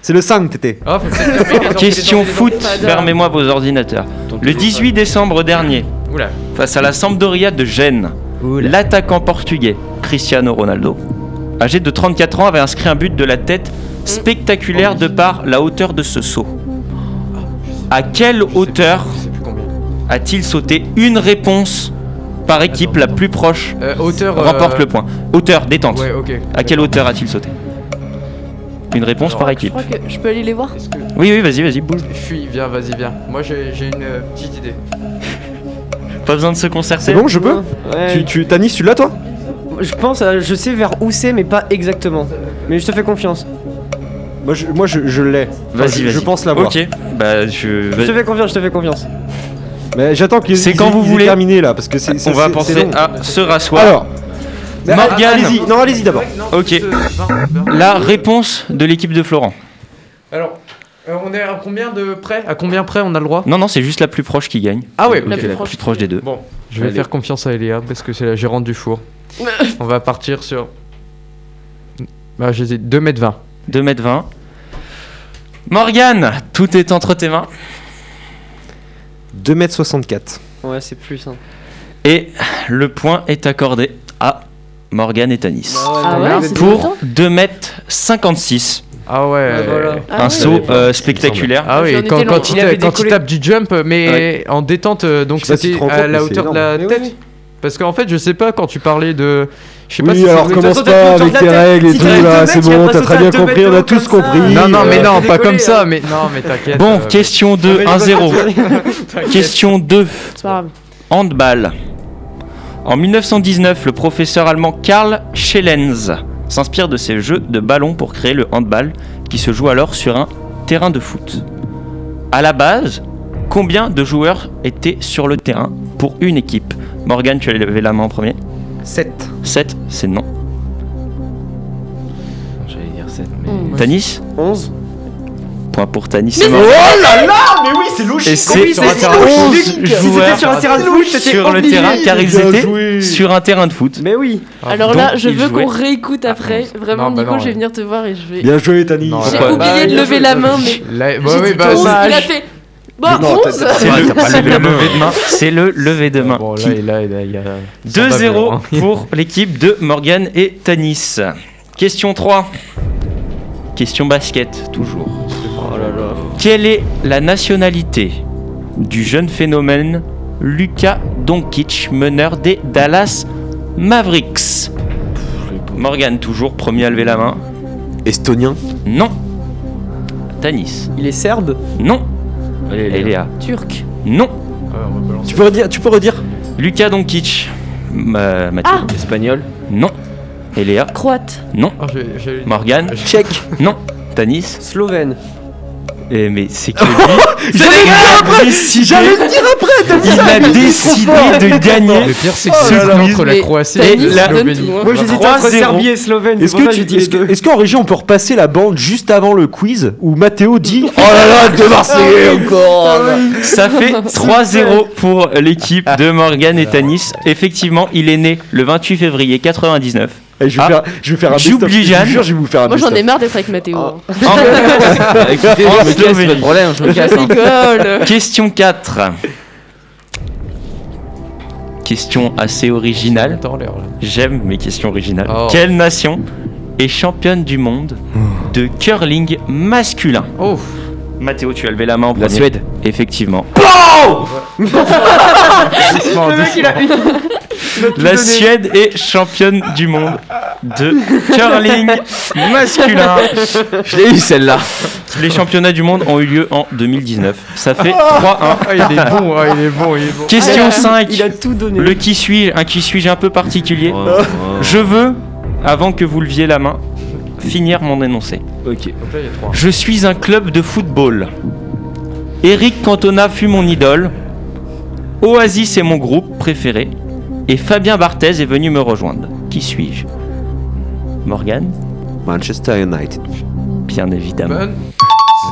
I: C'est le 5, t'étais.
E: Ah, Question foot,
B: Fada.
E: fermez-moi vos ordinateurs. Le 18 décembre dernier,
F: Oula.
E: face à la Sampdoria de Gênes, l'attaquant portugais Cristiano Ronaldo, âgé de 34 ans, avait inscrit un but de la tête spectaculaire de par la hauteur de ce saut. À quelle hauteur a-t-il sauté une réponse par équipe la plus proche
F: Hauteur. euh,
E: remporte le point Hauteur, détente.
F: Ouais, ok.
E: À quelle hauteur a-t-il sauté Une réponse par
B: Je
E: équipe.
B: crois que je peux aller les voir.
F: Est-ce que-
E: Oui, oui, vas-y, vas-y, bouge.
F: Fuis, viens, vas-y, viens. Moi, j'ai j'ai une euh, petite idée.
E: Pas besoin de se concerter.
I: C'est bon, je peux
J: Ouais.
I: Tu, tu, Tanis, tu l'as toi
J: Je pense, euh, je sais vers où c'est, mais pas exactement. Mais je te fais confiance.
I: Moi, je, moi, je, je l'ai.
E: Vas-y,
I: Je-
E: vas-y.
I: Je pense l'avoir.
E: Ok, bah je.
J: Je te fais confiance, je te fais confiance.
I: Mais j'attends qu'ils
E: C'est
I: ils-
E: quand
I: ils
E: vous
I: aient
E: voulez.
I: terminé là, parce que c'est.
E: On
I: c'est-
E: va
I: c'est-
E: penser
I: c'est long.
E: à se rasseoir.
I: Alors. Mais
E: Morgane.
I: Allez-y, non, allez-y d'abord.
E: Ok.
F: euh,
E: La réponse de l'équipe de Florent.
F: Alors, euh, on est à combien de près À combien près on a le droit
E: Non, non, c'est juste la plus proche qui gagne.
F: Ah ouais,
B: La
F: ok.
B: plus
E: La
B: proche.
E: plus proche des deux.
F: Bon, je vais
G: Allez.
F: faire confiance à Eléa parce que c'est la gérante
E: *laughs*
F: du four. on va partir sur. Bah, j'hésite. 2m20.
E: 2m20. Morgane, tout est entre tes mains.
I: 2m64.
J: Ouais, c'est plus. Hein.
E: Et le point est accordé à Morgane et Tanis.
B: Ah ouais, c'est
E: Pour 2m56.
F: Ah
E: Bah,
F: ouais.
J: Ouais, voilà.
E: Un saut euh, spectaculaire.
F: Ah oui,
B: J'en étais
F: quand, quand
B: loin.
F: il,
J: Il avait
F: quand il
J: décollé.
F: tape du jump, mais en détente, euh, donc
I: Je sais pas si
F: c'était
I: tu te rends
F: à
I: compte, mais
F: la
I: c'est
F: hauteur de
I: énorme.
F: la
J: Mais
F: tête.
J: oui.
F: Parce qu'en fait, je sais pas quand tu parlais de. Je sais pas
I: oui,
F: si c'est-
I: alors
J: de toute
I: commence
J: façon, t'as
I: pas
J: le temps
I: avec
J: de
I: tes
J: la tête.
I: règles et
J: Si
I: tout,
J: t'as le
I: là,
J: mec
I: c'est
J: qui a
I: bon, t'as
J: pas sauté
I: très
J: à
I: bien
J: deux
I: compris,
J: mètres
I: on
J: de
I: a
J: haut
I: tous
J: comme ça.
I: compris.
F: Non, non, mais
I: euh,
F: non, pas
J: décollé,
F: comme ça,
J: hein.
F: mais. Non, mais t'inquiète.
E: Bon,
F: euh,
E: question 2, 1-0. Question 2,
B: C'est pas grave.
E: handball. En 1919, le professeur allemand Karl Schellens s'inspire de ses jeux de ballon pour créer le handball, qui se joue alors sur un terrain de foot. À la base, combien de joueurs étaient sur le terrain pour une équipe Morgan, tu as levé la main en premier.
I: 7.
E: 7, c'est non.
G: J'allais dire 7,
B: Mm.
G: mais.
E: Tanis
J: 11
E: points pour Tanis.
H: Mais oh là là, mais oui, c'est logique.
E: Et c'est
H: Oui,
E: sur un terrain
H: logique. Si
E: 11
H: c'était
E: joueurs
H: sur un terrain de foot, c'était
E: sur le
H: obligé.
E: terrain car ils
H: Bien
E: étaient
H: joué.
E: sur un terrain de foot.
H: Mais oui.
B: Alors là, je veux qu'on réécoute après. Vraiment,
E: Non, bah
B: Nico,
E: non,
B: je vais
E: ouais.
B: venir te voir et je vais.
I: Bien joué, Tanis.
E: Non,
B: J'ai
E: ouais.
B: oublié
E: Bah,
B: de
E: bien
B: lever
E: joué,
B: la
E: bien
B: main,
E: joué.
B: mais.
F: Là, bah
B: J'ai
F: oui,
B: dit
F: bah,
B: 11,
F: c'est-
B: il a fait. Bon,
F: Mais non, t'as-
B: 11
F: t'as-
E: C'est le,
F: t'as pas
E: c'est
F: levé
E: le
F: la main.
E: lever de main. C'est le lever de main.
F: Bon, là,
E: Qui-
F: et là, et là, il y a- ça va
E: 2-0
F: *laughs* bien, hein.
E: pour l'équipe de Morgan et Tanis. Question 3. Question basket, toujours.
F: Oh
E: Quelle est la nationalité du jeune phénomène Luka Doncic, meneur des Dallas Mavericks Morgan, toujours premier à lever la main.
I: Estonien
E: Non. Tanis.
J: Il est serbe
E: Non. Léa.
B: Turc.
E: Non.
I: Tu peux redire, tu peux redire.
E: Lucas Doncic. Ma- Mathieu.
B: Ah.
E: Espagnol. Non. Et Léa.
B: Croate.
E: Non.
F: Oh,
E: Morgane.
J: Tchèque.
E: Non. Tanis.
J: Slovène.
E: Et mais
H: *laughs*
E: c'est que lui. il a décidé-
H: J'allais le dire après, t'as dit
E: Il
H: ça,
E: a
H: mais il est
E: décidé
H: trop fort.
E: de
H: *laughs*
E: gagner.
F: Le pire, c'est que
H: Oh
F: c'est
H: là là.
F: contre la
H: Mais
F: Croatie
H: t'as
F: et
H: dit
F: la
H: ça donne
F: Slovénie.
H: tout, hein. Moi, j'hésitais entre
F: 3-0.
H: Serbie et Slovène, c'est
I: Est-ce
H: pour
I: que
H: ça que
I: tu-
H: j'ai dit
I: est-ce
H: les
I: que-
H: deux.
I: est-ce qu'en régie on peut repasser la bande juste avant le quiz où Mathéo
J: *laughs*
I: dit Oh là là, deux Marseillais encore
E: Ça fait 3-0 pour l'équipe de Morgan et Tanis. Effectivement, il est né le 28 février 99.
I: Eh, je vais faire- je vais faire un best-of.
E: J'oublie
I: Je
E: Jeanne.
I: vous jure, je vais vous faire un
B: Moi, j'en ai marre d'être avec Mathéo. hein.
H: *laughs*
G: Écoutez,
E: En
G: je me casse,
E: Slovénie.
G: pas de problème, je me casse. hein.
B: Rigole.
E: Question 4. Question assez originale. J'aime mes questions originales.
F: Oh.
E: Quelle nation est championne du monde
G: Hmm.
E: de curling masculin
F: Oh.
E: Mathéo, tu as levé la main en
G: La
E: premier.
G: Suède.
E: Effectivement.
F: Le mec, il a eu-
E: La Suède est championne du monde de
G: *laughs*
E: curling masculin.
G: Je l'ai eu celle-là.
E: Les championnats du monde ont eu lieu en 2019. Ça fait 3-1.
G: Oh.
F: Ah, il est bon, ah, il est bon, il est bon.
E: Question 5.
J: Il a tout donné.
E: Le qui suis-je Un qui suis-je un peu particulier.
G: Oh,
E: Je veux, avant que vous leviez la main, finir mon énoncé.
G: Ok.
F: Donc là, il y a trois.
E: Je suis un club de football. Eric Cantona fut mon idole. Oasis est mon groupe préféré. Et Fabien Barthez est venu me rejoindre. Qui suis-je Morgan,
I: Manchester United.
E: bien évidemment.
F: Bonne.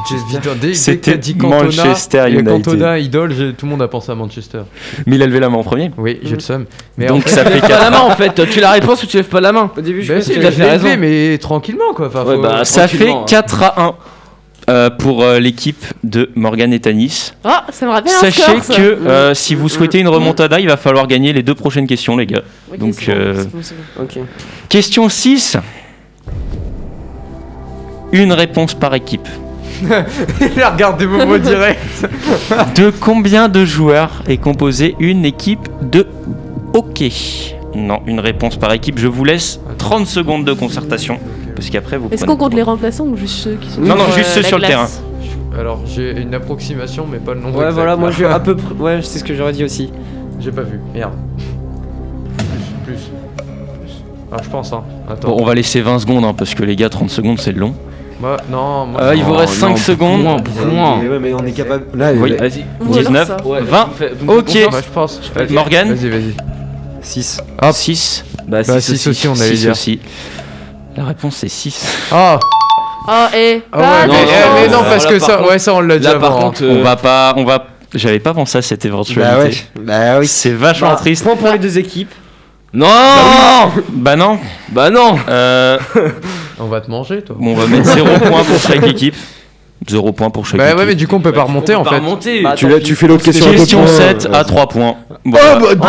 F: J'ai- j'ai- dès- dès
E: C'était
F: qu'a dit Cantona,
E: Manchester
F: et
E: United.
F: Cantona, idole, j'ai- tout le monde a pensé à Manchester.
E: Mais il a levé la main en premier.
F: Oui, j'ai
J: Mm.
F: le seum. Mais en
E: Donc
F: fait,
E: ça fait
G: Lève pas la
E: 4
G: main Bah. en fait, tu la réponse ou tu lèves pas la main
J: Au début, je
F: bah,
J: pensais
F: si,
G: que
F: je
J: que
G: t'as
F: l'ai
G: fait raison.
F: fait, mais tranquillement quoi. Enfin,
G: Ouais,
F: faut-
G: bah,
E: Ça
F: *laughs*
E: fait
G: Tranquillement, hein.
E: 4 à 1 euh, pour euh, l'équipe de Morgan et Tanis.
B: Ah, ça me rappelle un
E: Sachez
B: score. ça.
E: que euh, si vous souhaitez une remontada, il va falloir gagner les deux prochaines questions, les gars.
B: Ok,
E: donc,
B: c'est bon,
E: euh,
B: c'est bon, c'est bon.
J: Ok.
E: Question 6. Une réponse par équipe.
F: il a regardé Momo direct.
E: De combien de joueurs est composée une équipe de hockey Non, une réponse par équipe. Je vous laisse 30 secondes de concertation. Parce qu'après, vous
B: Est-ce
E: prenez-
B: qu'on compte les remplaçants ou juste ceux qui sont
E: Non, non,
B: sur,
E: juste
B: euh,
E: ceux
B: la
E: sur le
B: glace
F: Alors j'ai une approximation, mais pas le nombre.
J: Ouais,
F: exact,
J: voilà,
F: là.
J: moi j'ai à peu près. Ouais, c'est ce que j'aurais dit aussi.
F: *laughs* J'ai pas vu, merde. Plus, plus. plus. Ah, je pense, hein. Attends.
E: Bon, on va laisser 20 secondes hein, parce que les gars, 30 secondes c'est long.
F: Moi, non, moi.
E: Euh, il vous
G: Oh,
E: reste
G: non,
E: 5
G: beaucoup
E: secondes.
G: moins, beaucoup moins.
I: ouais, mais on est capable. Là,
E: Oui.
G: Vas-y.
B: Ou alors
E: 19.
B: ça.
G: Ouais,
E: 20.
G: vous me faites- vous me
E: Ok.
G: faites confiance.
F: Moi, Ah, bah, je pense. Vas-y.
E: Morgane
F: Vas-y, vas-y.
I: 6.
F: Hop.
E: 6.
G: Bah,
F: Bah,
G: six
F: six aussi, on allait
E: Six
F: dire.
E: aussi. La réponse c'est 6.
F: Ah,
B: Ah, eh.
F: ah ouais,
G: non,
F: mais,
G: non,
F: eh, mais
G: non,
F: non, parce
G: là,
F: que
G: par
F: ça,
G: contre-
F: ouais, ça, on l'a déjà
G: Là par
F: avant.
G: contre,
E: On va pas, on va. J'avais pas pensé à cette éventualité.
I: Bah ouais. Bah oui.
E: C'est vachement
J: Bah,
E: triste.
J: Point pour les deux équipes.
G: Non
E: Bah non.
G: Bah non
E: Euh,
F: On va te manger, toi.
E: bon, on va mettre 0
F: *laughs*
E: points pour chaque équipe. 0 points pour chaque
F: Bah,
E: équipe.
F: ouais, mais du coup, on peut pas remonter en fait.
G: remonter.
J: Bah,
I: Tu,
J: tant
I: l'as-
J: pis.
I: tu fais l'autre question. à
E: Question
I: côté.
E: 7 à 3 points. Voilà.
I: Oh, bah,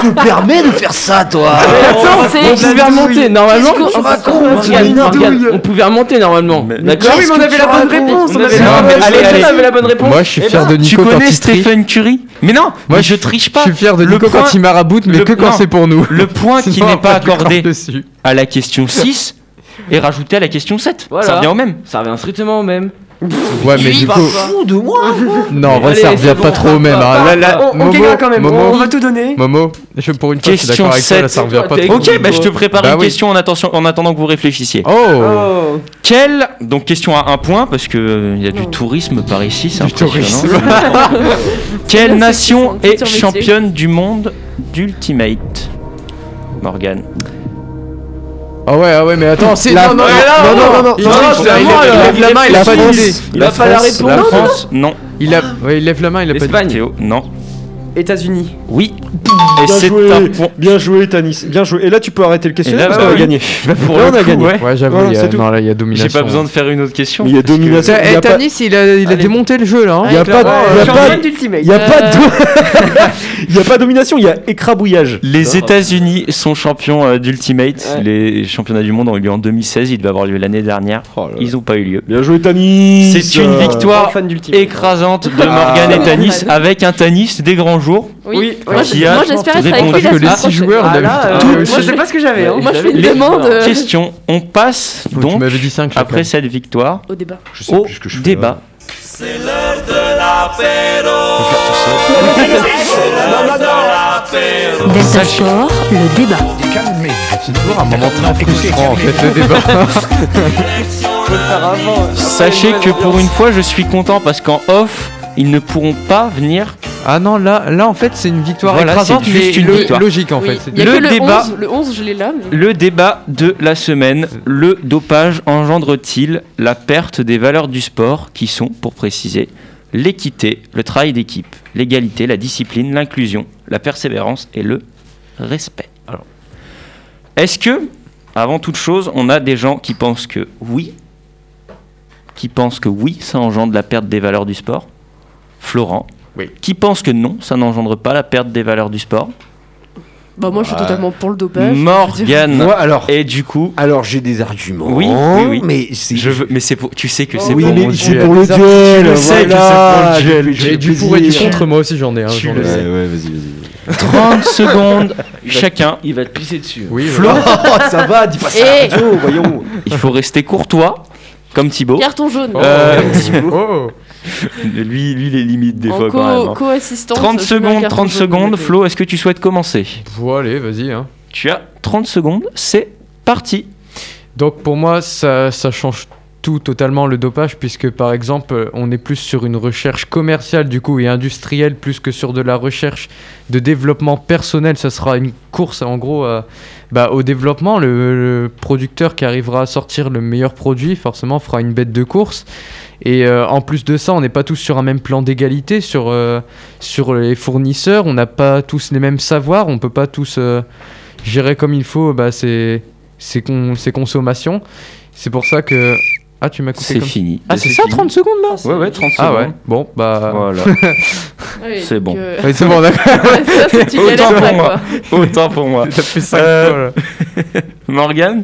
I: Tu te permets de faire ça, toi
B: Attends,
G: On pouvait remonter normalement.
B: Qu'est-ce qu'on-
G: Regarde, regarde, on pouvait remonter normalement. D'accord
J: oui, mais on avait la bonne réponse. On avait
F: Non,
J: la
F: mais
J: bonne
E: allez, allez.
J: réponse. On avait la bonne réponse.
F: Moi, je suis
J: Eh
F: fier
J: ben,
F: de
E: tu
F: Nico quand
E: connais
F: il triche.
E: Stephen Curry Mais non,
F: Moi,
E: mais je triche pas.
F: Je suis fier de
E: Le
F: Nico
E: point-
F: quand il maraboute, mais
E: le-
F: que quand
E: non.
F: c'est pour nous.
E: Le point qui
F: Sinon,
E: n'est
F: on
E: pas
F: va lui cracher
E: accordé
F: *laughs* dessus.
E: à la question 6 est rajouté à la question 7. Ça
G: Voilà.
E: revient au même.
G: Ça revient strictement au même.
F: Ouais, mais
G: Il
F: du
G: part
F: coup.
G: pas.
F: Non, en vrai,
G: Allez,
F: ça
G: c'est
F: revient
G: bon,
F: pas trop au même.
G: pas,
F: hein.
G: pas,
F: Là, là,
J: On, on
F: Momo,
J: gagnera quand même.
F: Momo,
J: On va tout donner.
F: Momo, je, pour une fois, je suis
E: Question
F: d'accord avec toi, là, ça
E: sept.
F: revient pas trop.
E: Ok, bah je te prépare
F: Bah
E: une
F: oui.
E: question en, attention, en attendant que vous réfléchissiez.
F: Oh,
J: Oh.
E: Quelle donc question à un point parce que euh, il y a du
B: Non.
E: tourisme par ici, c'est
F: Du
E: impressionnant.
F: tourisme.
E: *laughs* Quelle
B: Là, c'est-
E: nation
B: c'est
E: est
B: son métier.
E: championne du monde d'ultimate Morgan.
F: Ah ouais, ah ouais, mais attends, c'est.
E: La-
F: Non, non,
E: Ouais,
F: non,
E: non,
F: non,
E: non,
G: Oh,
F: non,
E: il
F: non,
E: lève-
F: non,
E: il
F: c'est à
E: lève-
F: moi,
E: il
F: là.
E: lève la main, il a pas
F: France.
E: d'idée. Il a pas la réponse. La France, non.
F: Il a, ouais, il lève la main, il a pas d'idée.
E: Théo, non.
H: États-Unis.
E: Oui.
I: Bien
F: Et c'est
I: joué,
F: un
I: bien joué, Tanis. Bien joué. Et là, tu peux arrêter le questionnaire. parce qu'on a gagné.
E: Bah, pour
I: Là,
E: le
I: on a
E: coup,
I: gagné.
E: Ouais,
I: Voilà,
E: il y a-
I: c'est tout.
F: non, là, il y a domination.
E: J'ai pas besoin de faire une autre question.
I: Il y a
E: parce que-
I: domination.
F: Eh,
I: Il a pas-
F: Tanis, il a, il a démonté le jeu là.
I: Il y a pas de- il y a pas de- il y a pas de- *laughs* il y a pas de domination, il y a écrabouillage.
E: Les États-Unis sont champions euh, d'Ultimate. Les championnats du monde ont eu lieu en 2016. Ils devaient avoir lieu l'année dernière. Ils n'ont pas eu lieu.
I: Bien joué, Tanis.
E: C'est une
I: Euh,
E: victoire
I: fan
E: écrasante de
I: Ah.
E: Morgan et Tanis
I: Morgane.
E: avec un Tanis des grands jours.
H: Oui. Oui. Moi, je- moi, j'espère être avec
E: répondu
H: lui la
E: à
H: semaine
E: toutes les
H: prochaine. Ah,
E: d'habitude.
H: là, euh,
E: Toutes
H: moi,
E: les-
H: je sais pas ce que j'avais, hein. Moi, je fais une
E: les
H: demande, euh.
E: Question. On passe donc après cette victoire
B: Au débat.
E: Je sais plus ce que je débat.
L: Delta Sport, le débat.
F: C'est toujours un moment très frustrant Oh, en fait le débat.
E: Sachez que pour une fois, je suis content parce qu'en off, ils ne pourront pas venir.
F: Ah non, là, là en fait, c'est une victoire
E: Voilà,
F: écrasante,
E: c'est
F: mais
E: juste une
F: lo-
E: victoire.
F: logique en fait.
B: Il y a que le
E: débat.
B: 11, le 11, je l'ai là. mais-
E: Le débat de la semaine, le dopage engendre-t-il la perte des valeurs du sport qui sont, pour préciser, l'équité, le travail d'équipe, l'égalité, la discipline, l'inclusion, la persévérance et le respect Alors, Est-ce que, avant toute chose, on a des gens qui pensent que oui, qui pensent que oui, ça engendre la perte des valeurs du sport Florent Qui pense que non, ça n'engendre pas la perte des valeurs du sport
B: Bah, moi, je suis
E: Ouais.
B: totalement pour le dopage. Bah, je veux dire.
E: Morgane.
I: hein. Moi, alors.
E: Et du coup.
I: Alors, j'ai des arguments.
E: Oui, oui, oui.
I: Mais c'est.
E: Je veux, mais c'est pour. Tu sais que c'est
I: Oui,
E: pour
I: mais
E: mon
I: c'est
E: duel.
I: pour le duel,
E: Je sais que
I: voilà,
E: c'est pour le duel.
I: j'ai- j'ai du pour et du contre,
F: moi aussi j'en ai. Hein,
E: Tu
F: j'en
E: le
F: ai.
E: sais.
I: Ouais, vas-y, vas-y.
E: *laughs* 30 secondes
G: Il va-
E: chacun.
G: Il va te pisser dessus.
F: Oui,
E: Flo.
I: ça va, dis pas ça à la
B: Eh.
I: radio, Oh, voyons.
E: Il faut rester courtois, comme Thibaut.
B: Carton
F: Oh,
B: jaune.
E: Euh,
B: Comme
E: *laughs* lui, lui, les limites des
B: En
E: fois quand
B: co-
E: même. hein.
B: co-assistance,
E: 30
B: je mets un
E: secondes,
B: carton
E: 30
B: jaune de
E: secondes.
B: côté.
E: Flo, est-ce que tu souhaites commencer
F: Bon, allez, vas-y. Hein.
E: Tu as 30 secondes, c'est parti.
F: Donc pour moi, ça, ça change tout totalement le dopage, puisque par exemple, euh, on est plus sur une recherche commerciale du coup et industrielle, plus que sur de la recherche de développement personnel. Ça sera une course en gros à- bah, au développement. Le, le producteur qui arrivera à sortir le meilleur produit, forcément, fera une bête de course. Et euh, en plus de ça, on n'est pas tous sur un même plan d'égalité sur, euh, sur les fournisseurs. On n'a pas tous les mêmes savoirs. On peut pas tous euh, gérer comme il faut bah, ces, ces, con- ces consommations. C'est pour ça que. Ah, tu m'as coupé.
E: C'est
F: comme-
E: fini.
F: Ah, c'est
E: C'est
F: ça,
E: fini.
F: 30 secondes là
E: Ouais, ouais, 30
F: Ah
E: secondes.
F: ouais, bon, bah.
E: Voilà.
B: Ouais,
E: c'est bon.
B: donc, euh, *laughs*
F: Ouais, c'est bon, *laughs* d'accord.
B: Ça, c'est une galère,
E: Autant pour
B: ça,
E: moi. *laughs* Autant pour moi.
F: Ça fait cinq
E: Morgane,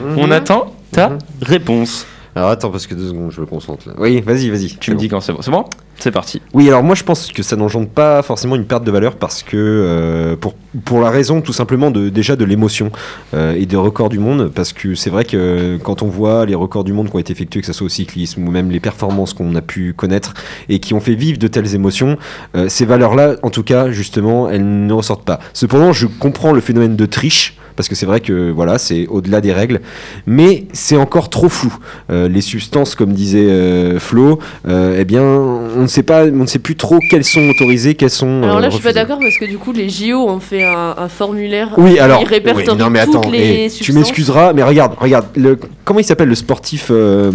I: Mhm.
E: on attend ta réponse.
I: Alors attends, parce que deux secondes, je me concentre là. Oui, vas-y, vas-y.
E: Tu me dis quand c'est bon. C'est bon C'est parti.
I: Oui, alors moi je pense que ça n'engendre pas forcément une perte de valeur parce que euh, pour, pour la raison tout simplement de déjà de l'émotion euh, et des records du monde parce que c'est vrai que euh, quand on voit les records du monde qui ont été effectués que ce soit au cyclisme ou même les performances qu'on a pu connaître et qui ont fait vivre de telles émotions, euh, ces valeurs-là en tout cas justement elles ne ressortent pas. Cependant, je comprends le phénomène de triche parce que c'est vrai que voilà, c'est au-delà des règles, mais c'est encore trop flou. Euh, les substances, comme disait euh, Flo, euh, eh bien, on ne sait pas, on ne sait plus trop quelles sont autorisées, quelles sont.
B: Alors
I: euh,
B: là, je suis pas
I: refusées.
B: d'accord parce que du coup, les JO ont fait un, un formulaire.
I: Oui, alors.
B: Ils répertorient
I: oui, non, mais attends,
B: toutes les
I: eh, tu
B: substances.
I: m'excuseras, mais regarde, regarde, le, comment il s'appelle le sportif euh,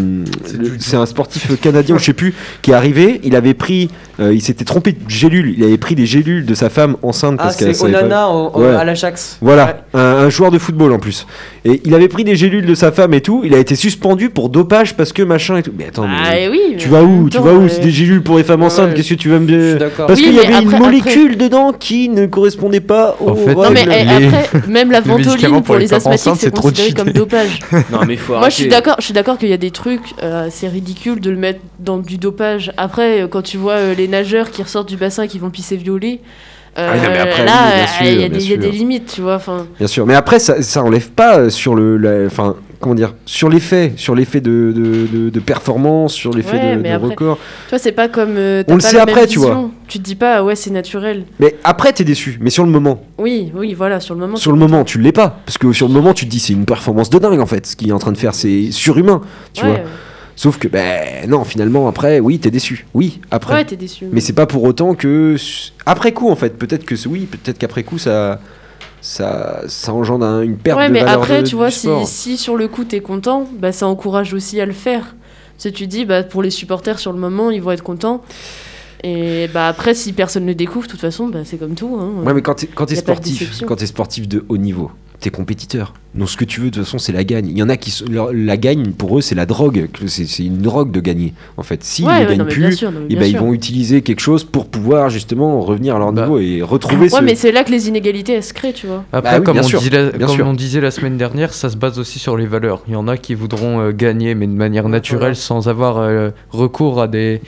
I: le- C'est un sportif canadien, ou je sais plus, qui est arrivé. Il avait pris, euh, il s'était trompé de gélule. Il avait pris des gélules de sa femme enceinte
J: Ah,
I: parce qu'elle
J: c'est
I: savait pas-
J: Onana en- en-
I: Ouais.
J: à l'Ajax.
I: Voilà, un, un joueur de football en plus. Et il avait pris des gélules de sa femme et tout. Il a été suspendu pour dopage parce que machin et tout. Mais
E: Oh,
I: attends,
B: Ah,
I: mais
B: et oui,
I: tu
B: mais en
I: vas où
B: même
I: Tu
B: temps,
I: vas où
B: euh,
I: C'est des gélules pour les femmes enceintes. Qu'est-ce que tu vas me dire Parce
B: Oui,
I: qu'il y
B: mais
I: avait une
B: après-
I: molécule dedans qui ne correspondait pas au.
F: En fait,
B: Non, mais eh,
F: Les-
B: après, même la
F: les médicaments
B: ventoline
F: pour
B: pour
F: les
B: les
F: femmes
B: asthmatiques,
F: enceintes,
B: c'est
F: c'est trop
B: considéré
F: cheaté.
B: comme dopage.
G: Non, mais faut
B: Moi, je suis
G: arrêter.
B: d'accord. Je suis d'accord qu'il y a des trucs, euh, c'est ridicule de le mettre dans du dopage. Après, euh, quand tu vois euh, les nageurs qui ressortent du bassin et qui vont pisser violet, euh,
I: Ah oui, non, mais après,
B: là,
I: oui, bien
B: euh,
I: sûr,
B: il y a
I: bien
B: des- il y a
I: sûr.
B: des limites, tu vois. Enfin,
I: Bien sûr, mais après ça, ça enlève pas euh, sur le, la- enfin comment dire, sur l'effet, sur l'effet de, de, de- de performance, sur l'effet
B: Ouais,
I: de,
B: mais
I: de
B: après-
I: record.
B: tu vois, c'est pas comme. euh, t'as
I: On le
B: pas
I: sait
B: la même
I: après, tu
B: vision.
I: vois.
B: Tu te dis pas, ah ouais, c'est naturel.
I: Mais après t'es déçu, mais sur le moment,
B: Oui, oui, voilà, sur le moment.
I: sur le moment tu l'es pas, parce que sur le moment tu te dis c'est une performance de dingue en fait, ce qu'il est en train de faire c'est surhumain, tu
B: Ouais, euh,
I: vois.
B: ouais.
I: Sauf que ben non finalement après oui t'es déçu, oui après.
B: Ouais, t'es déçu.
I: Mais c'est pas pour autant que s- après coup en fait, peut-être que c- oui, peut-être qu'après coup ça ça, ça engendre un- une perte
B: ouais,
I: de
B: mais
I: valeur
B: après,
I: de-
B: tu vois,
I: du
B: si,
I: sport.
B: si sur le coup t'es content, bah, ça encourage aussi à le faire. Si tu dis, bah, pour les supporters sur le moment, ils vont être contents. Et bah après, si personne ne le découvre, de toute façon, bah, c'est comme tout. hein.
I: Ouais, mais quand t'es quand t'es
B: Y a pas de
I: sportif,
B: déception.
I: quand t'es sportif de haut niveau, t'es compétiteur. Donc ce que tu veux de toute façon, c'est la gagne. Il y en a qui se- leur- la gagne pour eux, c'est la drogue. que C'est c'est une drogue de gagner. En fait, s'ils
B: Ouais,
I: ne
B: ouais,
I: gagnent
B: non, mais bien
I: plus,
B: sûr, non, mais
I: eh
B: bien
I: ben, ils
B: sûr.
I: vont utiliser quelque chose pour pouvoir justement revenir à leur niveau et retrouver.
B: Ouais,
I: ce...
B: mais c'est là que les inégalités, elles se créent, tu vois.
F: Après,
I: Bah oui,
F: comme,
I: bien
F: on,
I: sûr,
F: dit la-
I: bien
F: comme
I: sûr.
F: on disait la semaine dernière, ça se base aussi sur les valeurs. Il y en a qui voudront euh, gagner, mais de manière naturelle, sans avoir euh, recours à des,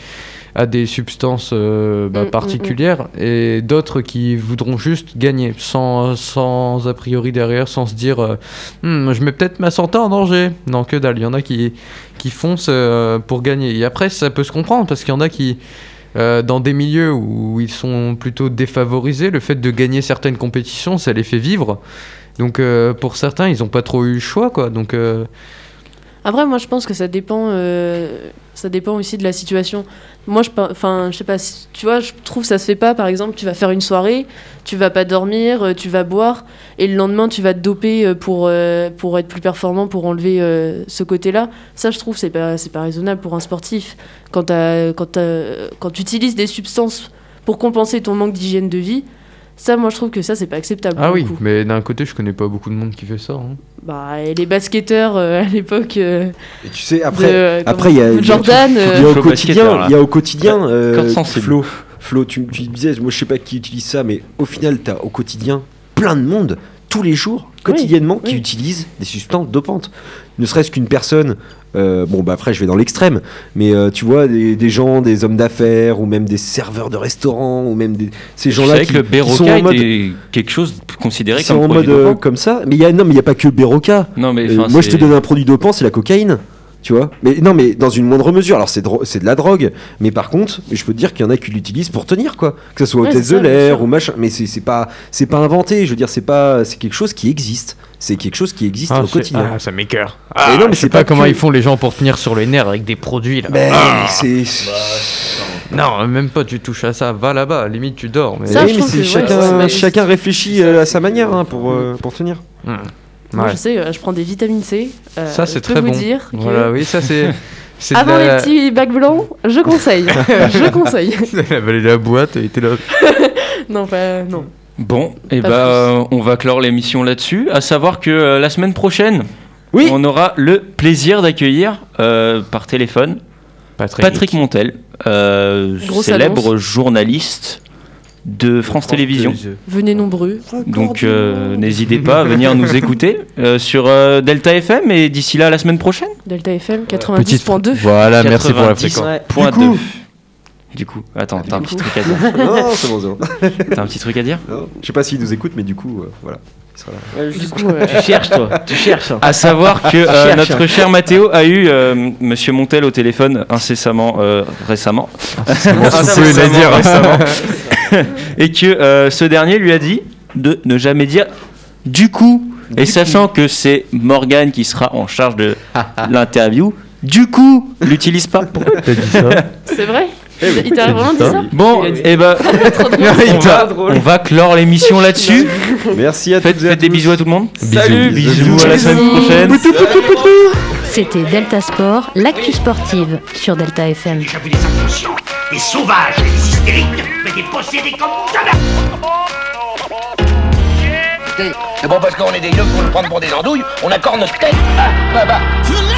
F: à des substances euh, bah,
E: Mm, mm, mm.
F: particulières, et d'autres qui voudront juste gagner, sans, sans a priori derrière, sans se dire euh, Hmm, je mets peut-être ma santé en danger. Non, que dalle. Il y en a qui, qui foncent euh, pour gagner. Et après, ça peut se comprendre, parce qu'il y en a qui. Euh, dans des milieux où ils sont plutôt défavorisés, le fait de gagner certaines compétitions, ça les fait vivre. Donc euh, pour certains, ils n'ont pas trop eu le choix, quoi. Donc euh,
B: Après, moi, je pense que ça dépend, euh, ça dépend aussi de la situation. Moi, je, pe- enfin, je sais pas, si- tu vois, je trouve ça se fait pas. Par exemple, tu vas faire une soirée, tu vas pas dormir, euh, tu vas boire, et le lendemain, tu vas te doper euh, pour euh, pour être plus performant, pour enlever euh, ce côté-là. Ça, je trouve, c'est pas c'est pas raisonnable pour un sportif. Quand t'as- quand t'as- quand tu utilises des substances pour compenser ton manque d'hygiène de vie, ça, moi, je trouve que ça, c'est pas acceptable.
F: ah
B: pour le
F: oui,
B: coup.
F: mais d'un côté, je connais pas beaucoup de monde qui fait ça. hein.
B: Bah, et les basketteurs euh, à l'époque. euh,
I: Et tu sais,
B: de,
I: après,
B: euh,
I: après il y a
B: comment-
I: il y a-
B: Jordan. euh,
I: il y a au
E: Flo basketteur,
I: quotidien,
E: là.
I: il y a au quotidien,
E: Ouais,
I: euh,
E: corde sensible.
I: Flo, Flo, tu, tu disais, moi je sais pas qui utilise ça, mais au final, t'as au quotidien plein de monde tous les jours quotidiennement qui utilise des substances dopantes. Ne serait-ce qu'une personne. euh, bon, bah après, je vais dans l'extrême, mais euh, tu vois, des, des gens, des hommes d'affaires, ou même des serveurs de restaurants, ou même des, ces
E: Je
I: gens-là
E: savais
I: qui,
E: que le
I: qui sont
E: Béroca
I: en mode,
E: était quelque chose considéré
I: qui
E: comme
I: sont en
E: produit
I: mode, euh,
E: dopant.
I: comme ça. Mais il y a, non, mais il n'y a pas que le Béroca.
E: Non, mais,
I: Euh,
E: enfin,
I: moi, je te
E: c'est-
I: donne un produit dopant, c'est la cocaïne. Tu vois Mais non, mais dans une moindre mesure. Alors, c'est dro- c'est de la drogue. Mais par contre, je peux te dire qu'il y en a qui l'utilisent pour tenir, quoi. Que ce soit au
E: Ouais,
I: test
E: c'est
I: de
E: ça, bien
I: l'air
E: sûr.
I: ou machin. Mais c'est c'est pas, c'est pas inventé. Je veux dire, c'est pas, c'est quelque chose qui existe. C'est quelque chose qui existe
F: Ah,
I: au
F: c'est-
I: quotidien.
F: ah, ça m'écoeure.
I: Mais non, mais
F: je sais
I: c'est
F: pas,
I: pas
F: comment
I: que-
F: ils font les gens pour tenir sur les nerfs avec des produits là.
I: Ben,
F: Ah.
I: c'est.
F: Non, même pas. Tu touches à ça. Va là-bas. Limite, tu dors. Mais...
I: Oui, Eh, mais c'est chacun, chacun réfléchit euh, à sa manière hein, pour, euh,
E: *laughs*
I: pour tenir.
B: Moi,
F: Ouais.
B: je sais, euh, je prends des vitamines C. euh,
F: Ça, c'est
B: je peux
F: très
B: vous
F: bon.
B: dire que
F: Voilà, oui, ça *laughs* c'est. c'est de
B: Avant
F: la-
B: les petits bacs blancs, *laughs* je conseille. je conseille.
F: Elle a avalé la boîte et était là.
B: non, pas non.
E: Bon, et
B: Pas
E: bah, euh, on va clore l'émission là-dessus. À savoir que euh, la semaine prochaine, on aura le plaisir d'accueillir euh, par téléphone
F: Patrick,
E: Montel, euh,
B: Grosse
E: célèbre
B: annonce.
E: journaliste de France Télévisions.
B: Venez nombreux.
E: Donc euh, n'hésitez pas à venir
F: *laughs*
E: nous écouter euh, sur euh, Delta FM et d'ici là à la semaine prochaine.
B: Delta FM 90.2.
F: Voilà, merci pour la
E: 90,
F: fréquence. Ah,
E: ouais.
F: Du
E: Point
F: coup-
E: deux. Du coup, attends, t'as un petit truc à
F: *laughs*
E: dire.
I: Non, c'est bon, c'est bon.
E: T'as un petit truc à dire
I: Non, Je sais pas s'il nous écoute, mais du coup, euh, voilà. Il sera là.
G: Tu cherches, toi. Tu cherches. hein.
E: À savoir que
G: Tu
E: *laughs* euh,
G: cherches,
E: notre
G: hein.
E: cher Mathéo a eu euh, Monsieur Montel au téléphone incessamment euh, récemment.
F: Incessamment, sous peu, il a dit.
E: récemment. *laughs* et que euh, ce dernier lui a dit de ne jamais dire du coup. et sachant que c'est Morgane qui sera en charge de l'interview, du coup, l'utilise pas. Pourquoi
F: t'as dit ça
B: C'est vrai Il t'a vraiment dit ça
E: Bon, et ben, *laughs* on, va, on va clore l'émission là-dessus.
I: Merci à
E: faites, Faites des bisous à tout le monde.
I: Salut.
E: bisous, à la semaine
L: Bisous.
E: prochaine.
L: C'était Delta Sport, l'actu sportive sur Delta FM.
C: Inconscients, des sauvages, des hystériques, mais des possédés comme jamais
D: Écoutez, C'est bon parce qu'on est des yeux pour nous prendre pour des andouilles, on accorde notre tête. Ah, bah, bah.